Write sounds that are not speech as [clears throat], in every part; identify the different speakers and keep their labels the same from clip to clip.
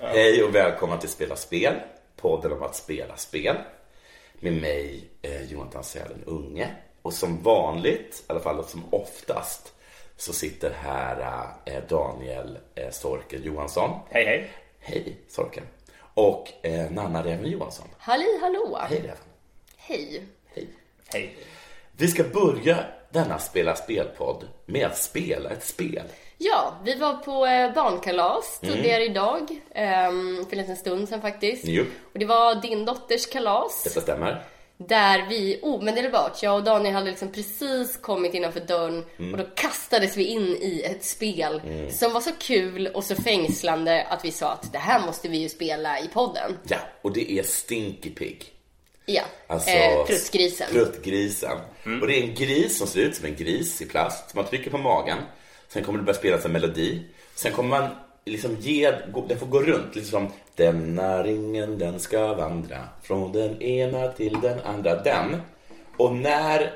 Speaker 1: Hej och välkomna till Spela Spel, podden om att spela spel. Med mig, eh, Jonathan Säl, den unge. Och som vanligt, i alla fall som oftast, så sitter här eh, Daniel eh, Sorken Johansson.
Speaker 2: Hej hej!
Speaker 1: Hej Sorken. Och eh, Nanna Räven Johansson.
Speaker 3: Halli hallå!
Speaker 1: Hej Räven.
Speaker 3: Hej.
Speaker 1: Hej.
Speaker 2: Hej!
Speaker 1: Vi ska börja denna Spela Spelpodd med att spela ett spel.
Speaker 3: Ja, vi var på eh, barnkalas
Speaker 1: Mm.
Speaker 3: tidigare idag. ehm, För en liten stund sedan faktiskt.
Speaker 1: Jo.
Speaker 3: Och det var din dotters kalas.
Speaker 1: Detta stämmer.
Speaker 3: Där vi oh, omedelbart, jag och Daniel hade liksom precis kommit innanför dörren.
Speaker 1: Mm.
Speaker 3: Och då kastades vi in i ett spel. Som var så kul och så fängslande att vi sa att det här måste vi ju spela i podden.
Speaker 1: Ja, och det är Stinky Pig.
Speaker 3: Ja,
Speaker 1: Alltså,
Speaker 3: eh, pruttgrisen.
Speaker 1: Pruttgrisen. Och det är en gris som ser ut som en gris i plast. som Man trycker på magen. Sen kommer det börja spelas en melodi. Sen kommer man liksom ge, gå- den får gå runt. Liksom, Denna ringen den ska vandra från den ena till den andra. Den. Och när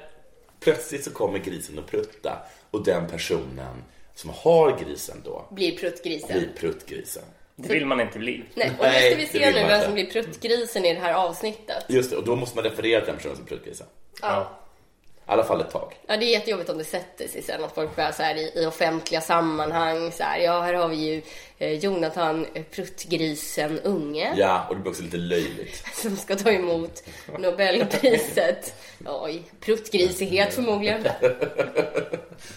Speaker 1: plötsligt så kommer grisen att prutta. Och den personen som har grisen då
Speaker 3: Blir pruttgrisen.
Speaker 1: blir pruttgrisen.
Speaker 2: Det vill man inte bli.
Speaker 3: Nej, och
Speaker 1: Nej,
Speaker 3: nu ska vi
Speaker 1: det vill
Speaker 3: se nu
Speaker 1: man
Speaker 3: vem
Speaker 1: inte.
Speaker 3: som blir pruttgrisen i det här avsnittet.
Speaker 1: Just det, och då måste man referera till den personen som pruttgrisen.
Speaker 2: Ja.
Speaker 1: I alla fall ett tag.
Speaker 3: Ja, det är jättejobbigt om det sätter sig sen. Att folk börjar så här i, i offentliga sammanhang. Så här, ja, här har vi ju eh, Jonathan eh, Pruttgrisen Unge
Speaker 1: Ja, och det blir också lite löjligt.
Speaker 3: som ska ta emot Nobelpriset. Oj, pruttgrisighet förmodligen.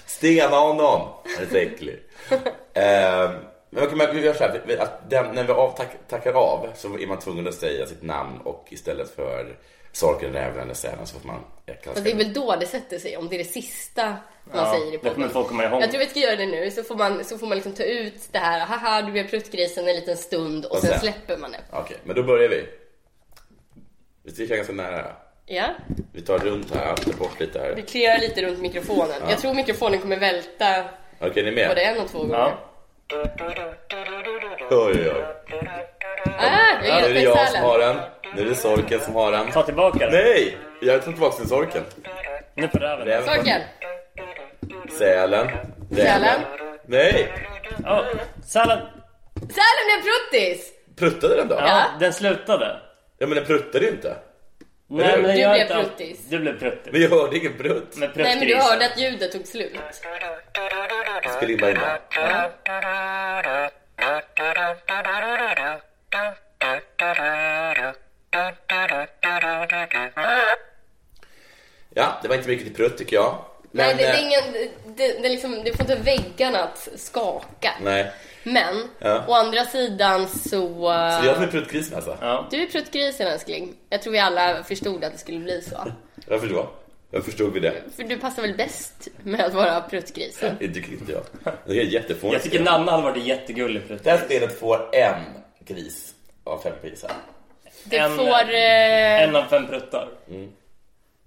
Speaker 1: Stena honom! Han är så äcklig. eh, men kan man, vi gör så här, vi- att den, när vi av, tack, tackar av så är man tvungen att säga sitt namn och istället för Sorken, Räven eller Sälen så får man jag kan
Speaker 3: Fast det är väl då det sätter sig, om det är det sista man
Speaker 2: Ja,
Speaker 3: säger i
Speaker 2: då kommer folk komma ihåg.
Speaker 3: Jag tror vi ska göra det nu, så får man, så får man liksom ta ut det här, haha du blev pruttgrisen en liten stund och
Speaker 1: Och
Speaker 3: sen
Speaker 1: sen-
Speaker 3: släpper man det.
Speaker 1: Okej, men då börjar vi. Vi sticker ganska nära.
Speaker 3: Ja?
Speaker 1: Vi tar runt här, jag tar bort lite
Speaker 3: Det
Speaker 1: här.
Speaker 3: kliar lite runt mikrofonen. Jag tror mikrofonen kommer välta
Speaker 1: Okej, ni är
Speaker 3: både
Speaker 1: med?
Speaker 3: en och två gånger.
Speaker 2: Ja.
Speaker 1: Oj, oj, oj.
Speaker 3: Ah, det
Speaker 1: Nu
Speaker 3: är
Speaker 1: är det jag som
Speaker 3: Götasälen.
Speaker 1: har den. Nu är det Sorken som har den.
Speaker 2: Ta tillbaka den.
Speaker 1: Nej! Jag tar tillbaka till Sorken.
Speaker 2: Nu på röven.
Speaker 1: Räven.
Speaker 3: Sorken.
Speaker 1: Sälen.
Speaker 3: Sälen.
Speaker 1: Nej!
Speaker 2: Ja. Sallad.
Speaker 3: Sälen blev pruttis!
Speaker 1: Pruttade den då?
Speaker 2: Ja, den slutade.
Speaker 1: Ja men den pruttade ju inte.
Speaker 2: Nej, men den
Speaker 3: Du
Speaker 2: gör
Speaker 3: blev
Speaker 2: inte allt.
Speaker 3: pruttis.
Speaker 2: Du blev pruttis.
Speaker 1: Men jag hörde ingen prutt.
Speaker 2: Med
Speaker 3: Nej men
Speaker 2: pruttgrisen.
Speaker 3: du hörde att ljudet tog slut.
Speaker 1: Spela in bara in bara. Ja, det var inte mycket till prutt tycker jag.
Speaker 3: Nej, det, det, är
Speaker 1: eh,
Speaker 3: ingen, det, det, är liksom, det får inte väggarna att skaka.
Speaker 1: Nej,
Speaker 3: Men,
Speaker 1: Ja.
Speaker 3: å andra sidan så... eh,
Speaker 1: så det är jag som är pruttgrisen alltså.
Speaker 2: Ja.
Speaker 3: Du är pruttgrisen älskling. Jag tror vi alla förstod att det skulle bli så.
Speaker 1: Varför då? Jag förstod vi det?
Speaker 3: För du passar väl bäst med att vara pruttgrisen?
Speaker 1: Det tycker inte jag. Det är jättefånigt.
Speaker 2: Jag tycker Nanna hade varit jättegullig
Speaker 1: Det
Speaker 2: pruttis.
Speaker 1: här spelet får en gris av fem grisar.
Speaker 3: Du
Speaker 2: En-
Speaker 3: får... Eh,
Speaker 2: En av fem pruttar.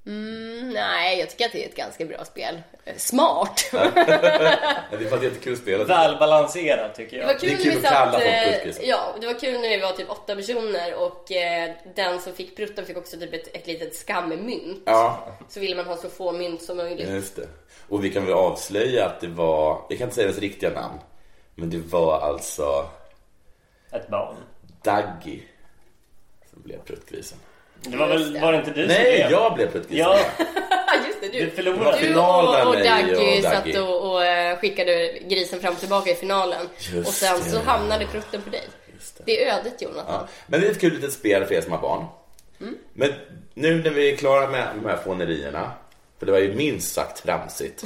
Speaker 3: Mm, nej, jag tycker att det är ett ganska bra spel. Eh, Smart.
Speaker 1: Men det är faktiskt jättekul att spela.
Speaker 2: Välbalanserad tycker
Speaker 3: Det
Speaker 2: jag.
Speaker 3: var
Speaker 1: Det är
Speaker 3: kul,
Speaker 1: kul
Speaker 3: när vi
Speaker 1: att kalla
Speaker 3: satt,
Speaker 1: folk
Speaker 3: eh,
Speaker 1: puckis.
Speaker 3: ja, det var kul när vi var typ åtta personer och eh, den som fick prutta fick också typ ett, ett litet skammynt.
Speaker 1: Ja,
Speaker 3: Så ville man ha så få mynt som möjligt. [laughs]
Speaker 1: just det. Och vi kan väl avslöja att det var, jag kan inte säga hennes riktiga namn, men det var alltså
Speaker 2: Ett barn.
Speaker 1: Daggy som blev pruttgrisen.
Speaker 2: Det var väl, var det inte du som
Speaker 1: Nej,
Speaker 2: blev?
Speaker 1: jag blev pruttgrisen.
Speaker 2: Ja,
Speaker 3: Ja, Ah, just det, du.
Speaker 2: du förlorade.
Speaker 3: Du
Speaker 1: finalen
Speaker 3: och, och
Speaker 1: är ju
Speaker 3: Daggy
Speaker 1: och Daggy.
Speaker 3: satt och, och eh, skickade grisen fram och tillbaka i finalen.
Speaker 1: Just
Speaker 3: och sen så
Speaker 1: det.
Speaker 3: hamnade prutten på dig.
Speaker 1: Just det.
Speaker 3: det. är ödet Jonathan.
Speaker 1: Ja. Men det är ett kul litet spel för er som har barn.
Speaker 2: Mm.
Speaker 1: Men nu när vi är klara med de här fånerierna, för det var ju minst sagt tramsigt,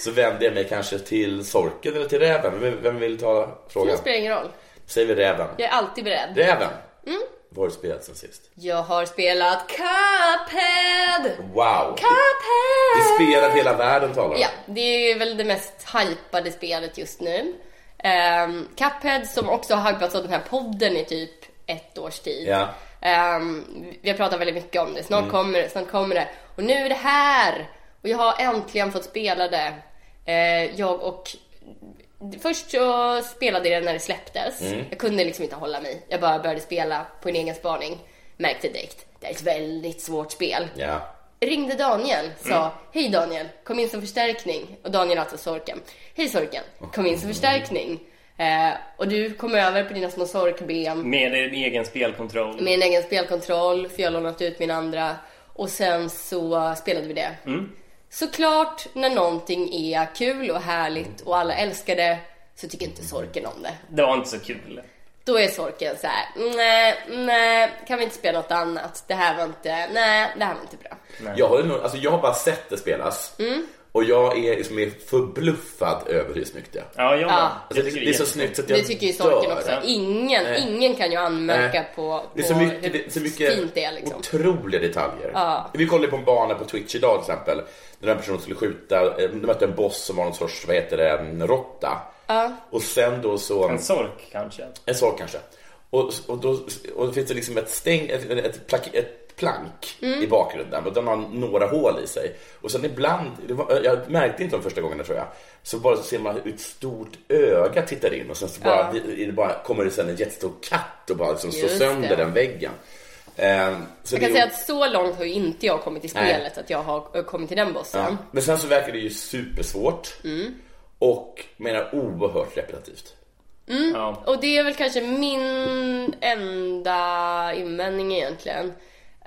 Speaker 1: så vänder jag mig kanske till sorken eller till räven. Vem, vem vill ta
Speaker 3: Det
Speaker 1: frågan?
Speaker 3: spelar ingen roll.
Speaker 1: Säger vi räven?
Speaker 3: Jag är alltid beredd.
Speaker 1: Räven!
Speaker 2: Mm.
Speaker 1: Vad har du spelat sen sist?
Speaker 3: Jag har spelat Cuphead!
Speaker 1: Wow!
Speaker 3: Cuphead!
Speaker 1: Det spelar hela världen talar om.
Speaker 3: Ja, det är väl det mest hypade spelet just nu. Um, Cuphead som också har hypats av den här podden i typ ett års tid.
Speaker 1: Ja.
Speaker 3: Ehm, vi har pratat väldigt mycket om det. Snart kommer det, snart kommer det. Och nu är det här! Och jag har äntligen fått spela det. Eh, jag och... Först så spelade jag det när det släpptes. Jag kunde liksom inte hålla mig. Jag bara började spela på en egen spaning. Märkte direkt, det är ett väldigt svårt spel
Speaker 1: Ja.
Speaker 3: ringde Daniel sa Hej Daniel, kom in som förstärkning. Och Daniel alltså Sorken. Hej Sorken, kom in som förstärkning. Eh, och du kom över på dina små sorkben
Speaker 2: Med en egen spelkontroll.
Speaker 3: med en egen spelkontroll för jag har lånat ut min andra. Och sen så spelade vi det. Såklart när någonting är kul och härligt och alla älskar det så tycker inte Sorken om det.
Speaker 2: Det var inte så kul.
Speaker 3: Då är Sorken så här, nej, nej, kan vi inte spela något annat? Det här var inte, nej, det här var inte bra.
Speaker 1: Jag, håller nog, alltså jag har bara sett det spelas
Speaker 3: Mm.
Speaker 1: och jag är, liksom, är förbluffad över hur snyggt det är.
Speaker 2: Ja, jag med.
Speaker 1: Alltså, det,
Speaker 2: tycker
Speaker 1: det är så snyggt
Speaker 2: jättesnyggt.
Speaker 1: så att jag
Speaker 3: Det tycker ju Sorken
Speaker 1: dör.
Speaker 3: också. Ingen, ingen kan ju anmärka
Speaker 1: Nej.
Speaker 3: på, på
Speaker 1: det är så mycket, det,
Speaker 3: hur
Speaker 1: är så mycket
Speaker 3: fint det är. Liksom.
Speaker 1: otroliga detaljer. Vi kollade på en bana på Twitch idag till exempel. När en person skulle skjuta, eh, de mötte en boss som var någon sorts, vad heter det, en råtta. Och sen då så,
Speaker 2: En sork kanske.
Speaker 1: en sak kanske. Och, och, då, och då finns det liksom ett stäng, ett, ett, plak, ett plank
Speaker 3: Mm.
Speaker 1: i bakgrunden och den har några hål i sig. Och sen ibland, det var, jag märkte inte de första gångerna tror jag, så bara så ser man hur ett stort öga tittar in och sen så bara, vi- det bara kommer det sen en jättestor katt och bara liksom slår
Speaker 3: Just
Speaker 1: sönder
Speaker 3: det.
Speaker 1: den väggen. Eh, så
Speaker 3: Jag
Speaker 1: det
Speaker 3: kan
Speaker 1: är-
Speaker 3: säga att så långt har ju inte jag kommit i
Speaker 1: Nej.
Speaker 3: spelet att jag har eh, kommit till den bossen.
Speaker 1: Men sen så verkar det ju supersvårt
Speaker 3: Mm.
Speaker 1: och menar oerhört repetitivt.
Speaker 2: Ja.
Speaker 3: Och det är väl kanske min enda invändning egentligen.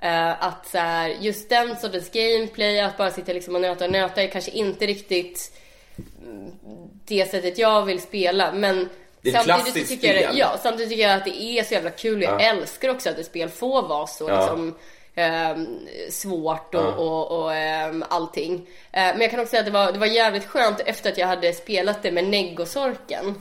Speaker 3: Eh, att så här, just den sortens gameplay, att bara sitta liksom och nöta och nöta är kanske inte riktigt mm, det sättet jag vill spela. Men
Speaker 1: Det är ett klassiskt
Speaker 3: tycker jag,
Speaker 1: spel.
Speaker 3: det- Ja, samtidigt tycker jag att det är så jävla kul. Jag älskar också att ett spel får vara så liksom, ehm, svårt och, och, och ehm, allting. Eh, men jag kan också säga att det var, det var jävligt skönt efter att jag hade spelat det med neggosorken.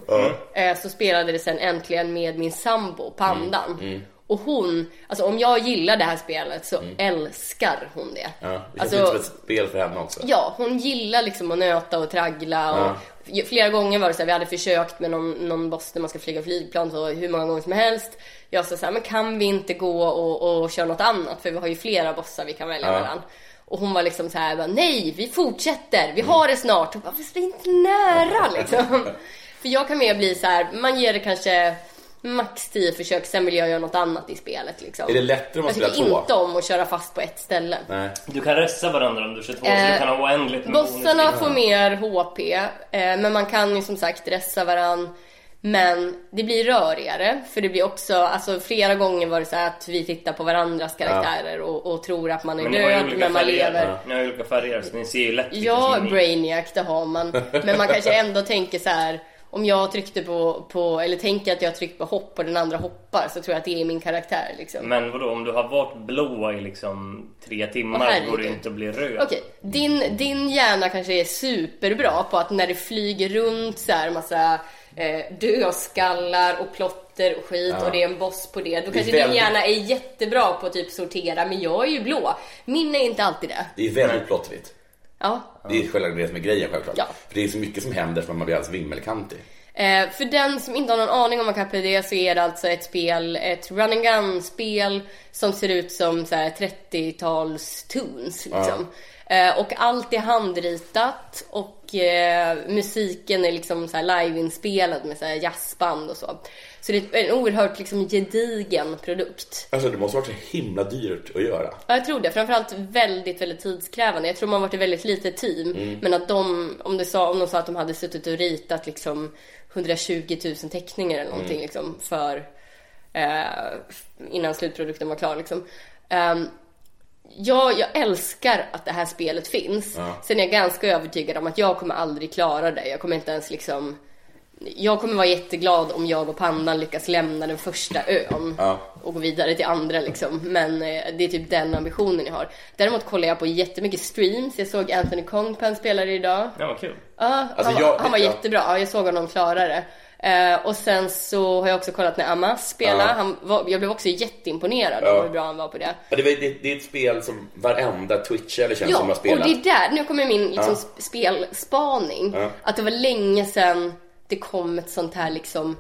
Speaker 3: Eh, så spelade det sen äntligen med min sambo, pandan.
Speaker 1: Mm,
Speaker 3: Och hon, alltså om jag gillar det här spelet så älskar hon det.
Speaker 1: Mm. Ja, det känns
Speaker 3: Alltså-
Speaker 1: lite som ett spel för henne också.
Speaker 3: Ja, hon gillar liksom att nöta och traggla. Och Flera gånger var det så här, vi hade försökt med någon, någon boss när man ska flyga flygplan så hur många gånger som helst. Jag sa så här, men kan vi inte gå och, och köra något annat? För vi har ju flera bossar vi kan välja mellan. Och hon var liksom så här, bara, nej vi fortsätter, vi har det snart. Och bara, fast vi är
Speaker 1: [laughs]
Speaker 3: inte nära liksom. för jag kan mer bli så här, man ger det kanske max 10 försök, sen vill jag göra något annat i spelet liksom.
Speaker 1: Är det lättare om man
Speaker 3: jag tycker
Speaker 1: spelar två?
Speaker 3: inte om att köra fast på ett ställe.
Speaker 1: Nej.
Speaker 2: Du kan rösta varandra om du kör två, så du kan ha oändligt med
Speaker 3: Eh, Bossarna
Speaker 2: bonus.
Speaker 3: får mer HP, eh, men man kan ju som sagt dressa varann. Men det blir rörigare, för det blir också, alltså flera gånger var det så här att vi tittar på varandras karaktärer och, och tror att man är
Speaker 2: Men ni har ju
Speaker 3: död,
Speaker 2: olika
Speaker 3: men man
Speaker 2: färger.
Speaker 3: lever.
Speaker 2: Ja. Ni har ju olika färger, så ni ser ju lätt vilka
Speaker 3: Ja,
Speaker 2: som är ni.
Speaker 3: brainiac det har man. Men man kanske ändå tänker så här. Om jag tryckte på, på, eller tänker att jag tryckt på hopp och den andra hoppar så tror jag att det är min karaktär liksom.
Speaker 2: Men vadå, om du har varit blå i liksom tre
Speaker 3: Åh,
Speaker 2: timmar
Speaker 3: herregud.
Speaker 2: då går det ju inte att bli röd.
Speaker 3: Okej, din, din hjärna kanske är superbra på att när det flyger runt så här massa eh, dödskallar och plotter och skit och det är en boss på det. Då kanske din
Speaker 1: väldigt-
Speaker 3: hjärna är jättebra på att typ sortera, men jag är ju blå. Min är inte alltid det.
Speaker 1: Det är väldigt plottrigt.
Speaker 3: Ja.
Speaker 1: Det är själva det som är grejen självklart.
Speaker 3: Ja.
Speaker 1: För det är så mycket som händer som man blir alldeles vimmelkantig.
Speaker 3: Eh, för den som inte har någon aning om vad Cuphead är så är det alltså ett spel, ett run and gun spel som ser ut som så här 30-tals tunes liksom. Eh, och allt är handritat och eh, musiken är liksom så här liveinspelad med så här jazzband och så. Så det är en oerhört liksom gedigen produkt.
Speaker 1: Alltså det måste varit så himla dyrt att göra.
Speaker 3: Ja, jag tror det. Framförallt väldigt, väldigt tidskrävande. Jag tror man varit ett väldigt litet team. Men att de, om, det sa, om de sa att de hade suttit och ritat liksom 120 000 teckningar eller någonting liksom för eh, innan slutprodukten var klar liksom. Ehm, jag, jag älskar att det här spelet finns. Sen är jag ganska övertygad om att jag kommer aldrig klara det. Jag kommer inte ens liksom jag kommer vara jätteglad om jag och pandan lyckas lämna den första ön
Speaker 1: Ja.
Speaker 3: och gå vidare till andra liksom. Men eh, det är typ den ambitionen jag har. Däremot kollar jag på jättemycket streams. Jag såg Anthony Kongpen spela det idag.
Speaker 2: Ja, vad kul.
Speaker 3: Ja,
Speaker 1: Alltså,
Speaker 3: han, var-
Speaker 1: jag-
Speaker 3: han var
Speaker 1: ja.
Speaker 3: jättebra. Ja, jag såg honom klara det. Eh, och sen så har jag också kollat när Amas spelade.
Speaker 1: Ja.
Speaker 3: Han var, jag blev också jätteimponerad av
Speaker 1: Ja.
Speaker 3: hur bra han var på det.
Speaker 1: Ja, Det, var- det, det är ett spel som varenda twitchare känns
Speaker 3: Ja,
Speaker 1: som har
Speaker 3: och det
Speaker 1: spelat.
Speaker 3: är där, nu kommer min liksom,
Speaker 1: Ja.
Speaker 3: sp- spelspaning.
Speaker 1: Ja.
Speaker 3: Att det var länge sedan det kom ett sånt här liksom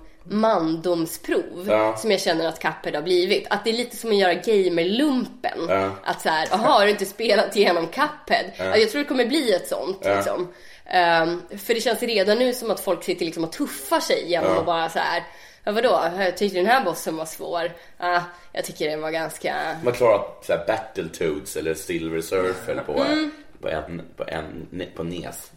Speaker 3: mandomsprov
Speaker 1: Ja.
Speaker 3: som jag känner att Cuphead har blivit. Att det är lite som att göra gamerlumpen.
Speaker 1: Ja.
Speaker 3: Att så här, jaha, har du inte spelat igenom Cuphead? Ja. Jag tror det kommer bli ett sånt liksom. Ehm, för det känns redan nu som att folk sitter liksom och tuffar sig genom att bara så här, ja, vadå, jag tyckte den här bossen var svår. Ah, jag tycker den var ganska
Speaker 1: Man klarar så här Battletoads eller Silver Surfer på,
Speaker 3: Mm.
Speaker 1: på, en, på, en, ne- på NES.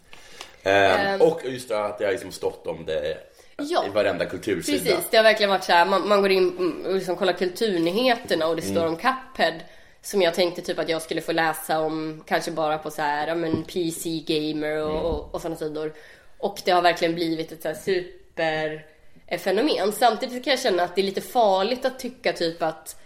Speaker 1: Ehm, och just det att det har liksom stått om det
Speaker 3: Ja.
Speaker 1: i varenda kultursida.
Speaker 3: Precis, det har verkligen varit så här. Man, man går in mm, och liksom kollar kulturnyheterna och det står om Cuphead. Som jag tänkte typ att jag skulle få läsa om kanske bara på så här, ja men PC gamer och, och, och sådana sidor. Och det har verkligen blivit ett så här super eh, fenomen. Samtidigt kan jag känna att det är lite farligt att tycka typ att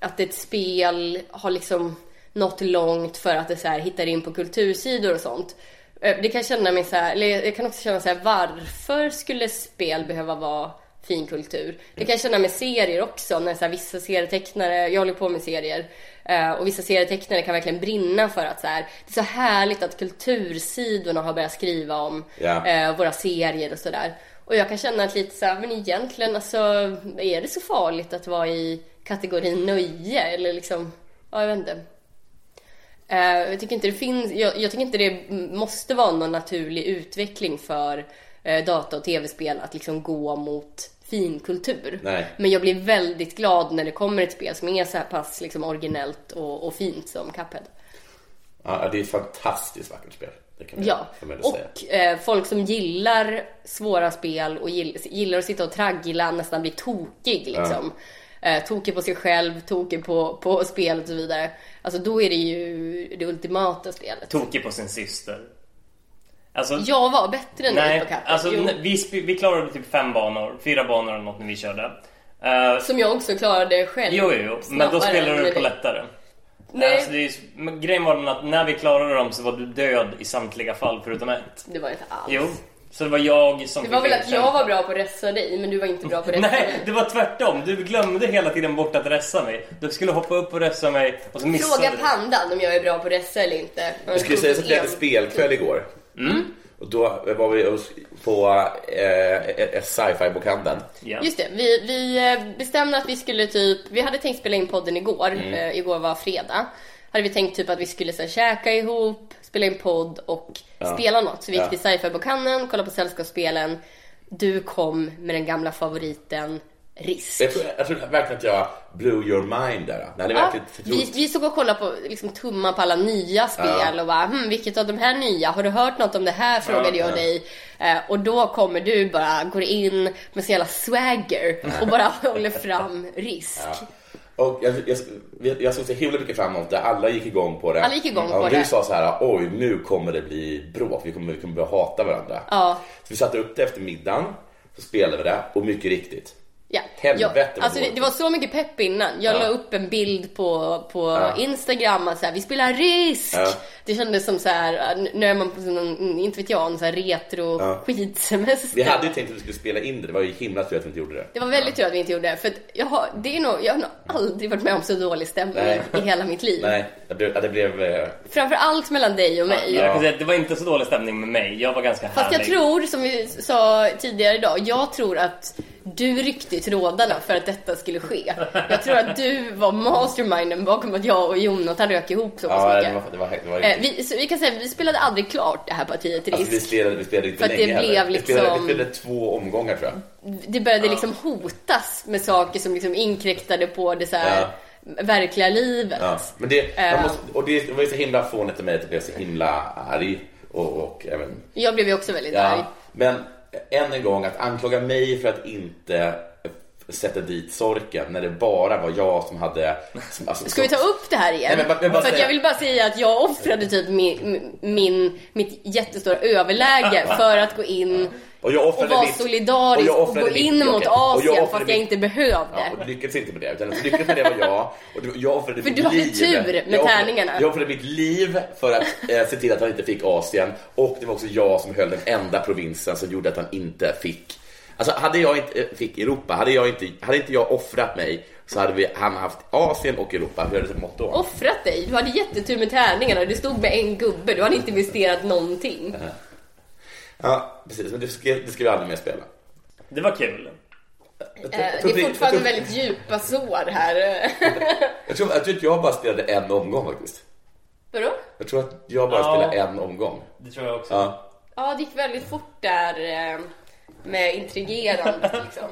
Speaker 3: att ett spel har liksom nått långt för att det så här hittar in på kultursidor och sånt. Eh, Det kan jag känna mig så här, eller jag kan också känna så här, varför skulle spel behöva vara finkultur? Det kan jag känna med serier också, när så här, vissa serietecknare, jag håller på med serier, eh, och vissa serietecknare kan verkligen brinna för att så här, det är så härligt att kultursidorna har börjat skriva om
Speaker 1: Ja.
Speaker 3: eh, våra serier och sådär. Och jag kan känna att lite så här, men egentligen alltså, är det så farligt att vara i kategorin nöje eller liksom, ja jag vet inte. Eh, jag, tycker inte det finns, jag, jag tycker inte det måste vara någon naturlig utveckling för eh, data och tv-spel att liksom gå mot finkultur.
Speaker 1: Nej.
Speaker 3: Men jag blir väldigt glad när det kommer ett spel som är så här pass liksom originellt och, och fint som Cuphead.
Speaker 1: Ja, det är ett fantastiskt vackert spel. Det kan man
Speaker 3: Ja,
Speaker 1: kan man ändå säga.
Speaker 3: och eh, folk som gillar svåra spel och gill, gillar att sitta och traggla, nästan bli tokig liksom. Eh, tokig på sig själv, tokig på, på spelet och så vidare. Alltså då är det ju det ultimata spelet.
Speaker 2: Tokig på sin syster. Alltså,
Speaker 3: Jag var bättre än dig
Speaker 2: nej.
Speaker 3: på Cuphead.
Speaker 2: Alltså,
Speaker 3: Jo.
Speaker 2: vi, sp- vi klarade typ fem banor, fyra banor eller något när vi körde. Eh,
Speaker 3: Som jag också klarade själv.
Speaker 2: Jo, jo, jo. Men
Speaker 3: Snabbare
Speaker 2: då spelade
Speaker 3: än
Speaker 2: du på
Speaker 3: dig.
Speaker 2: lättare.
Speaker 3: Nej.
Speaker 2: Alltså, det är, ju s- men grejen var den att när vi klarade dem så var du död i samtliga fall förutom ett.
Speaker 3: Det var inte alls.
Speaker 2: Jo. Så det var jag som
Speaker 3: Det var
Speaker 2: fick
Speaker 3: väl att jag var bra på att ressa dig, men du var inte bra på att ressa
Speaker 2: [laughs] Nej,
Speaker 3: mig.
Speaker 2: det var tvärtom. Du glömde hela tiden bort att ressa mig. Du skulle hoppa upp och ressa mig och så missade
Speaker 3: Fråga
Speaker 2: du.
Speaker 3: pandan om jag är bra på att ressa eller inte.
Speaker 1: Jag skulle säga så att vi hade spelkväll igår.
Speaker 3: Mm.
Speaker 1: Och då var vi hos- på eh, sci-fi-bokhandeln.
Speaker 2: Ja.
Speaker 3: Just det, vi, vi eh, bestämde att vi skulle typ, vi hade tänkt spela in podden igår,
Speaker 1: Mm.
Speaker 3: eh, igår var fredag. Hade vi tänkt typ att vi skulle så här, käka ihop, spela in podd och spela något. Så vi gick
Speaker 1: Ja.
Speaker 3: till sci-fi-bokhandeln, kollade på sällskapsspelen. Du kom med den gamla favoriten Risk.
Speaker 1: Jag tror, jag tror verkligen att jag blew your mind där. Nej, det är
Speaker 3: Ja,
Speaker 1: verkligen
Speaker 3: vi,
Speaker 1: otroligt.
Speaker 3: vi såg och kollade på, liksom tumma på alla nya spel och bara, hm, vilket av de här nya? Har du hört något om det här? Frågade jag dig. Eh, och då kommer du bara, går in med så jävla swagger och
Speaker 1: [laughs]
Speaker 3: bara håller fram risk.
Speaker 1: Och jag, jag, jag, jag såg så himla mycket fram emot det. Alla gick igång på det.
Speaker 3: Alla gick igång
Speaker 1: ja,
Speaker 3: på
Speaker 1: och
Speaker 3: det.
Speaker 1: Du sa så här, oj nu kommer det bli bråk. Vi kommer, vi kommer börja hata varandra.
Speaker 3: Ja.
Speaker 1: Så vi satte upp det efter middagen. Så spelade vi det och mycket riktigt.
Speaker 3: Ja.
Speaker 1: Helvete
Speaker 3: Jag, alltså, det, det var så mycket pepp innan. Jag
Speaker 1: Ja.
Speaker 3: la upp en bild på, på
Speaker 1: Ja.
Speaker 3: Instagram att så här, vi spelar risk.
Speaker 1: Ja.
Speaker 3: Det kändes som så här, eh, nu är man på någon, inte vet jag, en så här retro
Speaker 1: Ja.
Speaker 3: skidsemester.
Speaker 1: Vi hade ju tänkt att vi skulle spela in det, det var ju himla tur att vi inte gjorde det.
Speaker 3: Det var väldigt tur att vi inte gjorde det. För att jag har, det är nog, jag har nog aldrig varit med om så dålig stämning
Speaker 1: Nej.
Speaker 3: i hela mitt liv.
Speaker 1: Nej, det blev... Det blev eh,
Speaker 3: Framförallt mellan dig och mig.
Speaker 2: Jag kan säga att det var inte så dålig stämning med mig. Jag var ganska
Speaker 3: Fast jag
Speaker 2: härlig.
Speaker 3: tror, som vi sa tidigare idag, jag tror att du ryckte i trådarna för att detta skulle ske. Jag tror att du var masterminden bakom att jag och Jonathan rök ihop så pass
Speaker 1: ja, det
Speaker 3: mycket.
Speaker 1: var... Det var, det var
Speaker 3: Eh, vi, så vi kan säga att vi spelade aldrig klart det här partiet
Speaker 1: alltså, vi,
Speaker 3: risk.
Speaker 1: spelade, vi spelade inte
Speaker 3: För att det
Speaker 1: länge
Speaker 3: blev
Speaker 1: heller. vi, spelade,
Speaker 3: liksom-
Speaker 1: vi spelade två omgångar tror jag.
Speaker 3: Det började liksom hotas med saker som liksom inkräktade på det så här verkliga livet.
Speaker 1: Ja. Men det, man
Speaker 3: Eh.
Speaker 1: måste, och det var ju så himla fånigt av mig att jag blev så himla arg. Och, och även
Speaker 3: Jag blev ju också väldigt arg.
Speaker 1: Ja, men än en gång, att anklaga mig för att inte sätta dit sorken när det bara var jag som hade... Som, alltså,
Speaker 3: Ska vi ta upp det här igen?
Speaker 1: Nej, men bara- men bara
Speaker 3: för att
Speaker 1: säga-
Speaker 3: jag vill bara säga att jag offrade typ min, min, mitt jättestora överläge för att gå in
Speaker 1: Och jag offrade
Speaker 3: och vara
Speaker 1: mitt- och
Speaker 3: solidarisk
Speaker 1: jag
Speaker 3: och,
Speaker 1: offrade
Speaker 3: gå
Speaker 1: mitt-
Speaker 3: in
Speaker 1: okej.
Speaker 3: mot
Speaker 1: Och jag
Speaker 3: Asien
Speaker 1: offrade
Speaker 3: fast jag
Speaker 1: mitt-
Speaker 3: inte behövde.
Speaker 1: Ja, och lyckades inte med det. Utan lyckades med det var jag. Och det var- jag offrade
Speaker 3: För
Speaker 1: mitt
Speaker 3: du hade
Speaker 1: liv.
Speaker 3: tur med
Speaker 1: jag offrade-
Speaker 3: tärningarna.
Speaker 1: Jag offrade mitt liv för att eh, se till att han inte fick Asien. Och det var också jag som höll den enda provinsen som gjorde att han inte fick. Alltså hade jag inte eh, fick Europa, hade, jag inte, hade inte jag offrat mig så hade vi, han haft Asien och Europa. Hur hade det mått då?
Speaker 3: Offrat dig. Du hade jättetur med tärningarna. Du stod med en gubbe. Du hade inte investerat någonting.
Speaker 1: Ja, precis. Men det ska, det ska vi aldrig mer spela.
Speaker 2: Det var kul.
Speaker 3: Eh,
Speaker 1: Jag tror-
Speaker 3: Det är fortfarande
Speaker 1: jag tror-
Speaker 3: väldigt djupa sår här. [laughs]
Speaker 1: Jag tror, jag tror att jag bara spelade en omgång faktiskt.
Speaker 3: Vadå?
Speaker 1: Jag tror att jag bara
Speaker 2: Ja.
Speaker 1: spelade en omgång.
Speaker 2: Det tror jag också.
Speaker 1: Ja.
Speaker 3: Ja, det gick väldigt fort där eh, med intrigerandet liksom.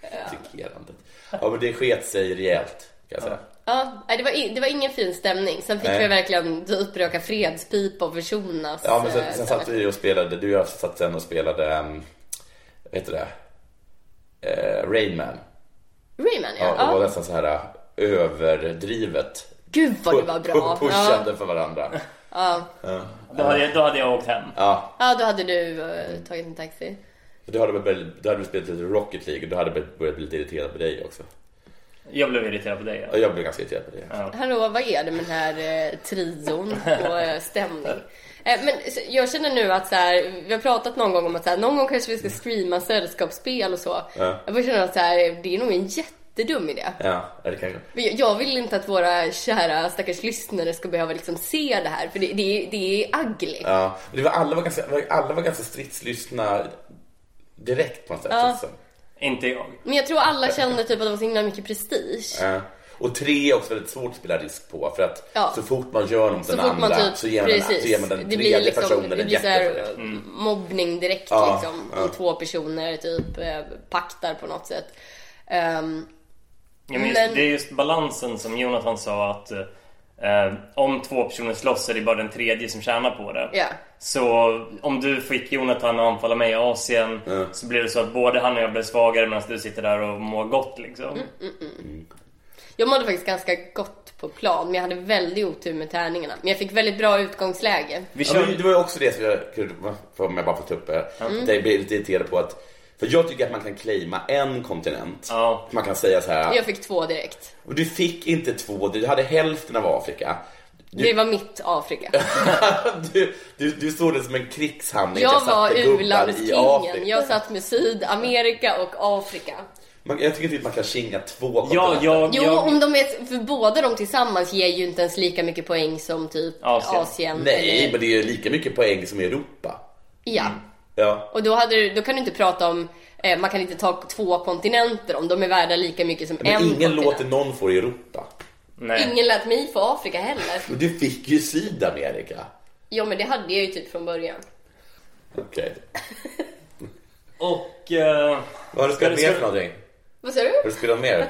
Speaker 1: Trickerandet. Ja, men det sket sig rejält, kan jag säga.
Speaker 3: Ja, nej, det var, i- det var ingen fin stämning. Sen fick
Speaker 1: Nej.
Speaker 3: vi verkligen typ röka fredspipa och försonas.
Speaker 1: Ja, men sen,
Speaker 3: eh,
Speaker 1: sen satt vi och spelade, du och jag satt sen och spelade, ehm, vad heter det? Eh, Rayman.
Speaker 3: Rayman, ja.
Speaker 1: Ja, och var
Speaker 3: ja.
Speaker 1: nästan så här eh, överdrivet.
Speaker 3: Gud vad det var bra.
Speaker 1: Pu-
Speaker 3: Ja,
Speaker 1: Pushande för varandra.
Speaker 2: Då hade, jag, då hade jag åkt hem.
Speaker 1: Ja,
Speaker 3: ja då hade du eh, tagit en taxi.
Speaker 1: då hade, vi börjat, då hade vi spelat lite Rocket League och då hade jag börjat bli lite irriterad på dig också.
Speaker 2: Jag blev irriterad på dig.
Speaker 1: Ja, jag blev ganska irriterad på dig.
Speaker 3: Hallå, vad är det med den här eh, trion
Speaker 1: [laughs]
Speaker 3: på eh, stämning? Eh, men så- jag känner nu att så här, vi har pratat någon gång om att så här, någon gång kanske vi ska streama sällskapsspel och så.
Speaker 1: Ja.
Speaker 3: Jag bara känner att så här, det är nog en jättedum idé.
Speaker 1: Ja, ja, det kan jag.
Speaker 3: Men jag- Jag vill inte att våra kära stackars lyssnare ska behöva liksom se det här, för det, det, är- det är ugly.
Speaker 1: Ja, men det var, alla, var ganska, var- alla var ganska stridslystna direkt på något sätt. känns det som.
Speaker 2: Inte jag.
Speaker 3: Men jag tror alla kände typ att det var så himla mycket prestige.
Speaker 1: Ja. Eh, Och tre är också väldigt svårt att spela risk på för att
Speaker 3: Ja.
Speaker 1: så fort man gör något
Speaker 3: Så
Speaker 1: den
Speaker 3: fort man
Speaker 1: andra
Speaker 3: typ,
Speaker 1: så, ger man den, så ger man den
Speaker 3: det
Speaker 1: tredje
Speaker 3: blir liksom,
Speaker 1: personen
Speaker 3: det
Speaker 1: en
Speaker 3: blir så här,
Speaker 1: jättefördel.
Speaker 3: mobbning direkt
Speaker 1: Ja,
Speaker 3: liksom.
Speaker 1: ja.
Speaker 3: Om två personer typ eh, paktar på något sätt. Ehm,
Speaker 2: Ja, men just,
Speaker 3: Men-
Speaker 2: Det är just balansen som Jonathan sa att eh, om två personer slåss är det bara den tredje som tjänar på det.
Speaker 3: Ja.
Speaker 2: Så om du fick Jonathan att anfalla mig i Asien så blir det så att både han och jag blir svagare medan du sitter där och mår gott liksom.
Speaker 3: Mm, jag mådde faktiskt ganska gott på plan, men jag hade väldigt otur med tärningarna. Men jag fick väldigt bra utgångsläge.
Speaker 2: Vi
Speaker 1: Ja,
Speaker 2: kör...
Speaker 1: men det var ju också det som jag kunde, om jag bara får ta upp det. Mm. Jag blir lite irriterad på att, för jag tycker att man kan claima en kontinent.
Speaker 2: Ja.
Speaker 1: Man kan säga så här,
Speaker 3: Jag fick två direkt.
Speaker 1: och du fick inte två, du hade hälften av Afrika. [laughs] Du,
Speaker 3: Det var mitt
Speaker 1: [laughs]
Speaker 3: Afrika.
Speaker 1: du, du, du såg det som en krigshandling. att
Speaker 3: Jag var
Speaker 1: satte gubbar i Afrika.
Speaker 3: u-landskingen. Jag satt med Sydamerika och Afrika.
Speaker 1: Man, jag tycker typ man kan tjinga två
Speaker 2: Ja,
Speaker 1: kontinenter.
Speaker 2: jag,
Speaker 3: Jo,
Speaker 2: jag,
Speaker 3: om de är, för båda de tillsammans ger ju inte ens lika mycket poäng som typ Asien.
Speaker 2: Asien.
Speaker 1: Nej,
Speaker 3: eller-
Speaker 1: men det är ju lika mycket poäng som i Europa.
Speaker 3: Ja.
Speaker 1: Ja.
Speaker 3: Och då, hade, du- då kan du inte prata om, eh, man kan inte ta två kontinenter om de är värda lika mycket som
Speaker 1: Men
Speaker 3: en
Speaker 1: ingen
Speaker 3: kontinent.
Speaker 1: låter någon få i Europa.
Speaker 2: nej.
Speaker 3: Ingen lät mig få Afrika heller.
Speaker 1: Men du fick ju Sydamerika.
Speaker 3: Jo, men det hade jag ju typ från början.
Speaker 1: Okej.
Speaker 2: Och... eh,
Speaker 1: Vad har du
Speaker 2: Ska
Speaker 1: spelat
Speaker 2: du-
Speaker 1: mer
Speaker 2: ska
Speaker 1: för
Speaker 2: du-
Speaker 1: någonting?
Speaker 3: Vad sa du?
Speaker 1: Har du spelat mer?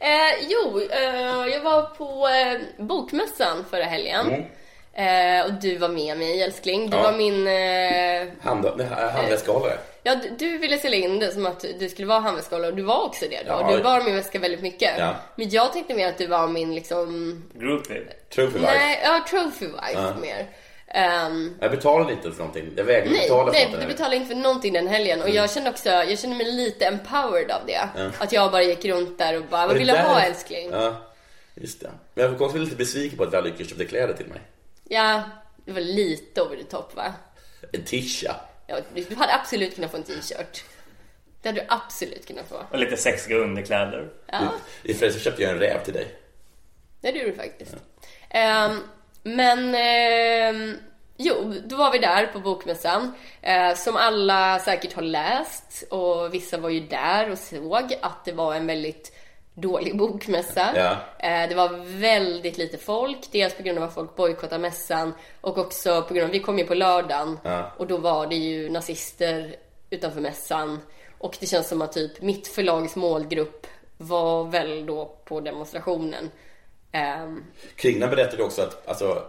Speaker 3: Eh, jo, eh, jag var på eh, bokmässan förra helgen. Eh, och du var med mig älskling. Du
Speaker 1: Mm. Ja.
Speaker 3: var min... Eh,
Speaker 1: Hand- nej, äh, Handväskhållare?
Speaker 3: Ja, du, du ville sälja in det som att du skulle vara handväskhållare och du var också det då.
Speaker 1: Ja.
Speaker 3: Du var min väska väldigt mycket.
Speaker 1: Ja.
Speaker 3: Men jag tänkte mer att du var min liksom...
Speaker 2: groupie.
Speaker 1: True for life?
Speaker 3: Nej, ja, trophy wife mer. Ehm,
Speaker 1: Jag betalade inte för någonting. Jag vägrade
Speaker 3: Nej,
Speaker 1: betala för
Speaker 3: nej
Speaker 1: någonting.
Speaker 3: du betalade inte för någonting den helgen och jag kände också, jag kände mig lite empowered av det. Att jag bara gick runt där och bara, vad
Speaker 1: det
Speaker 3: vill du ha
Speaker 1: där-
Speaker 3: älskling? Ja.
Speaker 1: Ja, just det. Men jag var konstigt lite besviken på att jag aldrig köpte kläder till mig.
Speaker 3: det var lite over the top va?
Speaker 1: En tisha.
Speaker 3: Ja, du hade absolut kunnat få en t-shirt. Det hade du absolut kunnat få.
Speaker 2: Och lite sexiga underkläder.
Speaker 3: Ja,
Speaker 1: I fredags köpte jag en räv till dig.
Speaker 3: det gjorde du faktiskt. Ehm, men, ehm, jo, då var vi där på bokmässan. eh, som alla säkert har läst och vissa var ju där och såg att det var en väldigt dålig [laughs] bokmässa.
Speaker 1: Ja.
Speaker 3: Eh, Det var väldigt lite folk, dels på grund av att folk bojkottade mässan och också på grund av, vi kom ju på lördagen
Speaker 1: Ja.
Speaker 3: och då var det ju nazister utanför mässan och det känns som att typ mitt förlags målgrupp var väl då på demonstrationen. Ehm,
Speaker 1: Kringla berättade också att, alltså,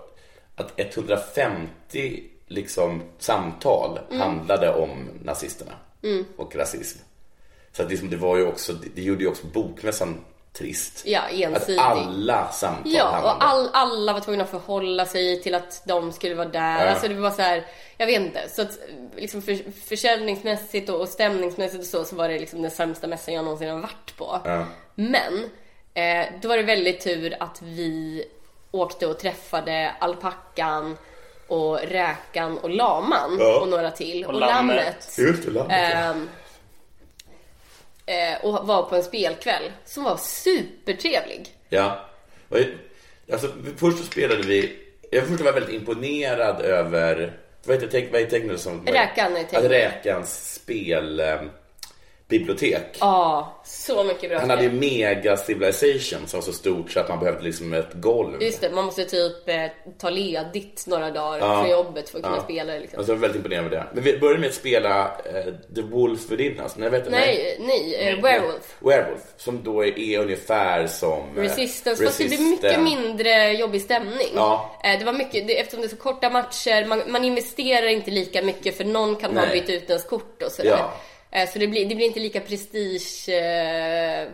Speaker 1: att 150 liksom, samtal
Speaker 3: Mm.
Speaker 1: handlade om nazisterna och rasism. Så att liksom, det, var ju också, det- det gjorde ju också bokmässan trist.
Speaker 3: Ja,
Speaker 1: att
Speaker 3: ensidig.
Speaker 1: alla samtal
Speaker 3: Ja,
Speaker 1: handlade
Speaker 3: och all, alla var tvungna att förhålla sig till att de skulle vara där.
Speaker 1: Ja.
Speaker 3: Alltså det var så här, jag vet inte. Så att, liksom för, försäljningsmässigt och, och stämningsmässigt och så, så var det liksom den sämsta mässan jag någonsin har varit på. Men, eh, då var det väldigt tur att vi åkte och träffade alpackan och räkan och laman
Speaker 1: Ja.
Speaker 3: och några till. Och,
Speaker 2: lammet.
Speaker 3: lammet.
Speaker 1: Just det, landet, ja.
Speaker 3: Ehm, eh, och var på en spelkväll som var supertrevlig.
Speaker 1: Ja. Och, alltså, först så spelade vi... Jag först var väldigt imponerad över... Vad heter Teg- vad heter Tegnér som...
Speaker 3: Räkan är Tegnér.
Speaker 1: Att Räkans eh, spelbibliotek.
Speaker 3: Ja, så mycket bra
Speaker 1: Han
Speaker 3: spel.
Speaker 1: hade ju Mega Civilization som var så stort så att man behövde liksom ett golv.
Speaker 3: Just det, man måste typ eh, ta ledigt några dagar
Speaker 1: Ja.
Speaker 3: från jobbet för att kunna
Speaker 1: Ja.
Speaker 3: spela det, liksom.
Speaker 1: Alltså, jag var väldigt imponerad över det. Men vi började med att spela eh, The Wolf Within Us. Nej, vet du,
Speaker 3: Nej, nej, eh, Werewolf.
Speaker 1: Werewolf. Som då är ungefär som... eh,
Speaker 3: Resistance, fast det blev mycket
Speaker 1: Resistance.
Speaker 3: mindre jobbig stämning.
Speaker 1: Ja.
Speaker 3: Eh, Det var mycket, det, eftersom det är så korta matcher, man, man investerar inte lika mycket för någon kan ha
Speaker 1: Nej.
Speaker 3: bytt ut ens kort och sådär.
Speaker 1: Ja.
Speaker 3: Eh, Så det blir, det blir inte lika prestige... Eh,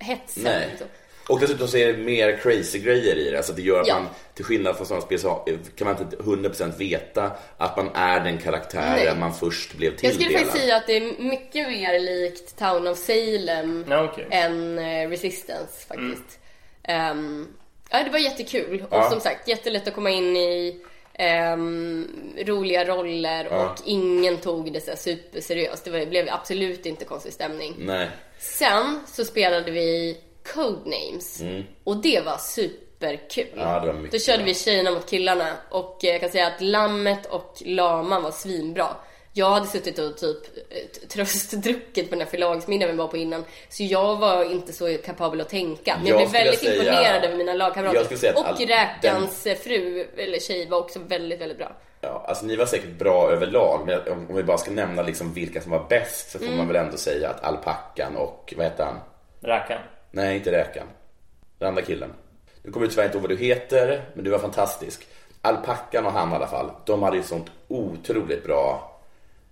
Speaker 3: hetsen,
Speaker 1: Nej.
Speaker 3: liksom.
Speaker 1: Och dessutom så är det mer crazy grejer i det. Alltså det gör att
Speaker 3: Ja.
Speaker 1: man, till skillnad från sådana spel, så eh, kan man inte 100% veta att man är den karaktären
Speaker 3: Nej.
Speaker 1: man först blev
Speaker 3: Jag skulle
Speaker 1: tilldelad.
Speaker 3: faktiskt säga att det är mycket mer likt Town of Salem
Speaker 2: Ja, okej.
Speaker 3: än eh, Resistance faktiskt. Ehm, ja, det var jättekul och
Speaker 1: Ja.
Speaker 3: som sagt jättelätt att komma in i ehm, roliga roller och ingen tog det så här superseriöst. Det var, blev absolut inte konstig stämning.
Speaker 1: Nej.
Speaker 3: Sen så spelade vi Codenames och det var superkul.
Speaker 1: Mm. Ja, det var mycket
Speaker 3: Då körde
Speaker 1: bra.
Speaker 3: vi tjejerna mot killarna och eh, jag kan säga att lammet och laman var svinbra. Jag hade suttit och typ eh, t- tröstdruckit på den här förlagsmiddagen vi var på innan. Så jag var inte så kapabel att tänka. Men jag,
Speaker 1: Jag skulle
Speaker 3: blev väldigt
Speaker 1: säga-
Speaker 3: imponerad över mina
Speaker 1: Jag skulle säga
Speaker 3: lagkamrater.
Speaker 1: att all-
Speaker 3: Och räkans eh, fru, eller tjej, var också väldigt, väldigt bra.
Speaker 1: Ja, alltså ni var säkert bra överlag, men om, om vi bara ska nämna liksom vilka som var bäst så får man väl ändå säga att alpackan och, vad heter han?
Speaker 2: Rackarn.
Speaker 1: Nej, inte räkan. Den andra killen. Du kommer tyvärr inte ihåg vad du heter, men du var fantastisk. Alpackan och han i alla fall, de hade ju sånt otroligt bra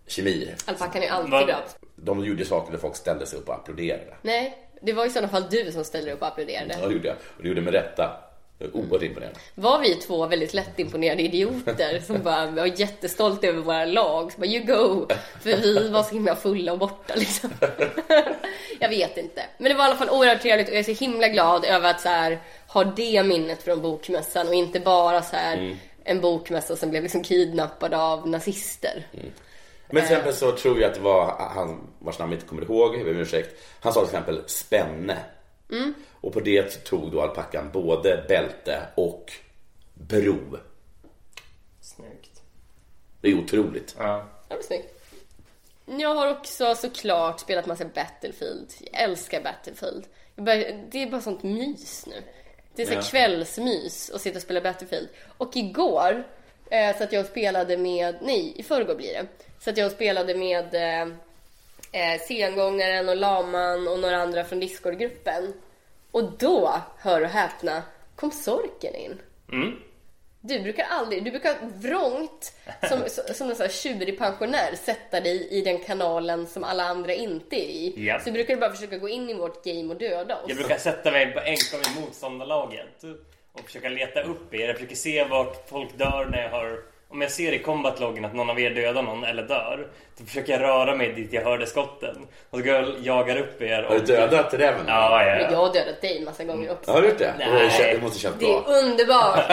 Speaker 1: kemi.
Speaker 3: Alpackan är alltid
Speaker 2: Vad-
Speaker 3: bra.
Speaker 1: De gjorde saker där folk ställde sig upp och applåderade.
Speaker 3: Nej, det var i sådana fall du som ställde upp och applåderade.
Speaker 1: Ja, det gjorde jag. Och det gjorde jag med rätta. Jag är oerhört imponerad.
Speaker 3: var vi två väldigt lättimponerade idioter som bara var jättestolta över våra lag. Så bara, you go! För vi var så himla fulla och borta liksom. [laughs] jag vet inte. Men det var i alla fall oerhört trevligt och jag är så himla glad över att så här, ha det minnet från bokmässan och inte bara så här en bokmässa som blev liksom kidnappad av nazister.
Speaker 1: Men
Speaker 3: Eh.
Speaker 1: till exempel så tror jag att det var han vars namn jag inte kommer ihåg, jag ber om ursäkt. Han sa till exempel spänne.
Speaker 3: Mm.
Speaker 1: Och på det så tog då alpackan både bälte och bro.
Speaker 2: Snyggt.
Speaker 1: Det är otroligt.
Speaker 2: Ja.
Speaker 3: Ja, det är snyggt. Jag har också såklart spelat massa Battlefield. Jag älskar Battlefield. Jag börjar, det är bara sånt mys nu. Det är så här
Speaker 1: Ja.
Speaker 3: kvällsmys att sitta och spela Battlefield. Och igår eh, så att jag och spelade med, nej i förrgår blir det. Så att jag och spelade med eh, eh, sengångaren och laman och några andra från Discordgruppen. Och då, hör och häpna, kom Sorken in. Du brukar aldrig, du brukar vrångt som, [laughs] som en sån här tjurig pensionär sätta dig i den kanalen som alla andra inte är i.
Speaker 2: Ja.
Speaker 3: Så brukar du bara försöka gå in i vårt game och döda oss.
Speaker 2: Jag brukar sätta mig på enkom i motståndarlaget. Och och försöka leta upp er. Jag försöker se vart folk dör när jag hör... Om jag ser i combatloggen att någon av er dödar någon eller dör, då försöker jag röra mig dit jag hörde skotten. Och då går jag och jagar upp er. Och...
Speaker 1: Har du dödat räven?
Speaker 2: Ja, ja,
Speaker 3: Men jag
Speaker 2: ja.
Speaker 3: har dödat dig massa gånger också.
Speaker 1: Har du gjort det?
Speaker 2: Nej.
Speaker 1: Åh, det kän- Det måste kännas
Speaker 3: Det är
Speaker 1: bra.
Speaker 3: underbart!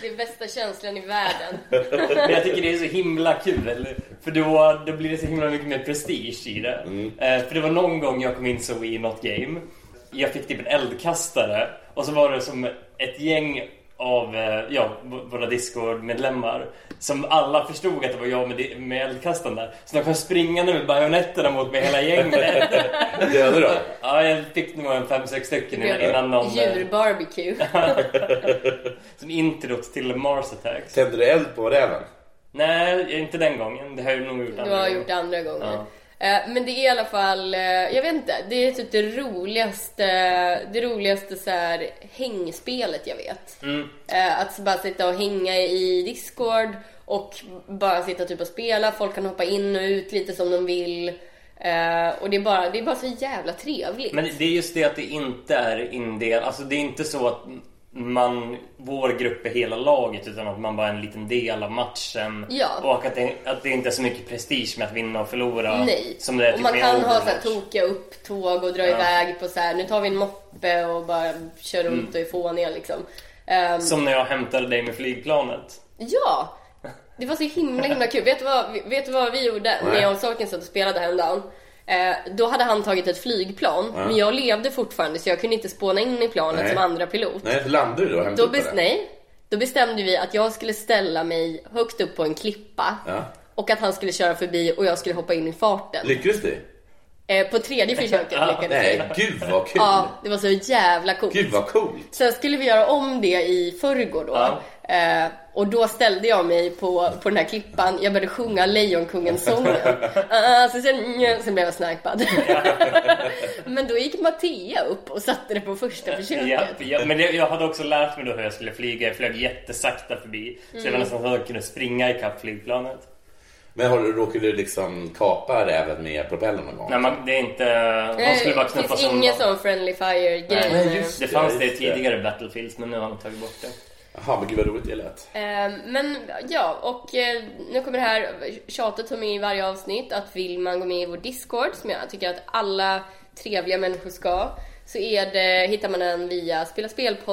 Speaker 3: Det är bästa känslan i världen.
Speaker 2: Men jag tycker det är så himla kul. För då, då blir det så himla mycket mer prestige i det. Eh, för det var någon gång jag kom in så i något game. Jag fick typ en eldkastare. Och så var det som ett gäng av eh, ja, v- våra Discord-medlemmar som alla förstod att det var jag med, di- med eldkastaren där. Så de kom springande med bajonetterna mot mig hela gänget.
Speaker 1: Dödade du?
Speaker 2: ja, jag fick nog en fem, sex stycken innan, innan någon... eh,
Speaker 3: Djurbarbecue.
Speaker 2: Som introt till Mars Attacks.
Speaker 1: Tände du eld på räven?
Speaker 2: Nej, inte den gången. Det har jag nog gjort
Speaker 3: Du
Speaker 2: andra
Speaker 3: har
Speaker 2: gånger.
Speaker 3: gjort det andra gånger.
Speaker 2: Ja.
Speaker 3: Eh, Men det är i alla fall, eh, jag vet inte, det är typ det roligaste, det roligaste så här, hängspelet jag vet.
Speaker 2: Mm.
Speaker 3: Eh, Att bara sitta och hänga i Discord och bara sitta typ och spela, folk kan hoppa in och ut lite som de vill. Eh, Och det är bara, det är bara så jävla trevligt.
Speaker 2: Men det är just det att det inte är indelat. Alltså det är inte så att man, vår grupp är hela laget utan att man bara är en liten del av matchen.
Speaker 3: Ja.
Speaker 2: Och att det, att det inte är så mycket prestige med att vinna och förlora.
Speaker 3: Nej.
Speaker 2: Som det är
Speaker 3: och
Speaker 2: typ
Speaker 3: man
Speaker 2: med
Speaker 3: kan ha
Speaker 2: Overwatch.
Speaker 3: så här, tokiga upptåg och dra iväg på så här. nu tar vi en moppe och bara kör
Speaker 2: Mm.
Speaker 3: runt och är fåniga liksom. Ehm,
Speaker 2: Som när jag hämtade dig med flygplanet.
Speaker 3: Ja! Det var så himla himla kul. Vet du vad, vet du vad vi gjorde när jag och Sorkin satt och spelade häromdagen? Eh, då hade han tagit ett flygplan, men jag levde fortfarande så jag kunde inte spåna in i planet
Speaker 1: Nej.
Speaker 3: som andra pilot.
Speaker 1: Nej, så landade du då och hämtade
Speaker 3: Då,
Speaker 1: upp
Speaker 3: bes-
Speaker 1: den?
Speaker 3: nej, då bestämde vi att jag skulle ställa mig högt upp på en klippa
Speaker 1: Ja.
Speaker 3: och att han skulle köra förbi och jag skulle hoppa in i farten.
Speaker 1: Lyckades du?
Speaker 3: Eh, på tredje försöket lyckades vi.
Speaker 1: Nej, gud vad kul!
Speaker 3: Ja, det var så jävla coolt.
Speaker 1: Gud vad coolt!
Speaker 3: Sen skulle vi göra om det i förrgår då.
Speaker 2: Ja.
Speaker 3: Eh, och då ställde jag mig på, på den här klippan. Jag började sjunga
Speaker 2: [laughs]
Speaker 3: Lejonkungen-sången. Ah, så sen, nja, sen blev jag snipad. Men då gick Mattia upp och satte det på första försöket.
Speaker 2: Ja, ja, men det, jag hade också lärt mig då hur jag skulle flyga. Jag flög jättesakta förbi. Så
Speaker 3: Mm.
Speaker 2: jag var nästan så att jag kunde springa ikapp flygplanet.
Speaker 1: Men har du, råkade du liksom kapa räven med propellern någon gång?
Speaker 2: Nej, man, det är inte... Man skulle
Speaker 3: Eh,
Speaker 2: bara
Speaker 3: det
Speaker 2: knuffa
Speaker 3: finns
Speaker 2: sönder
Speaker 3: ingen
Speaker 2: dem.
Speaker 3: sån friendly fire-grej.
Speaker 2: Nej,
Speaker 1: Nej, just
Speaker 2: det
Speaker 1: det,
Speaker 2: fanns
Speaker 1: just
Speaker 2: det
Speaker 1: det.
Speaker 2: tidigare i Battlefields men nu har de tagit bort det.
Speaker 1: Jaha, men gud vad roligt det lät.
Speaker 3: Eh, Men ja, och eh, nu kommer det här tjatet som är i varje avsnitt att vill man gå med i vår Discord, som jag tycker att alla trevliga människor ska, så är det, hittar man den via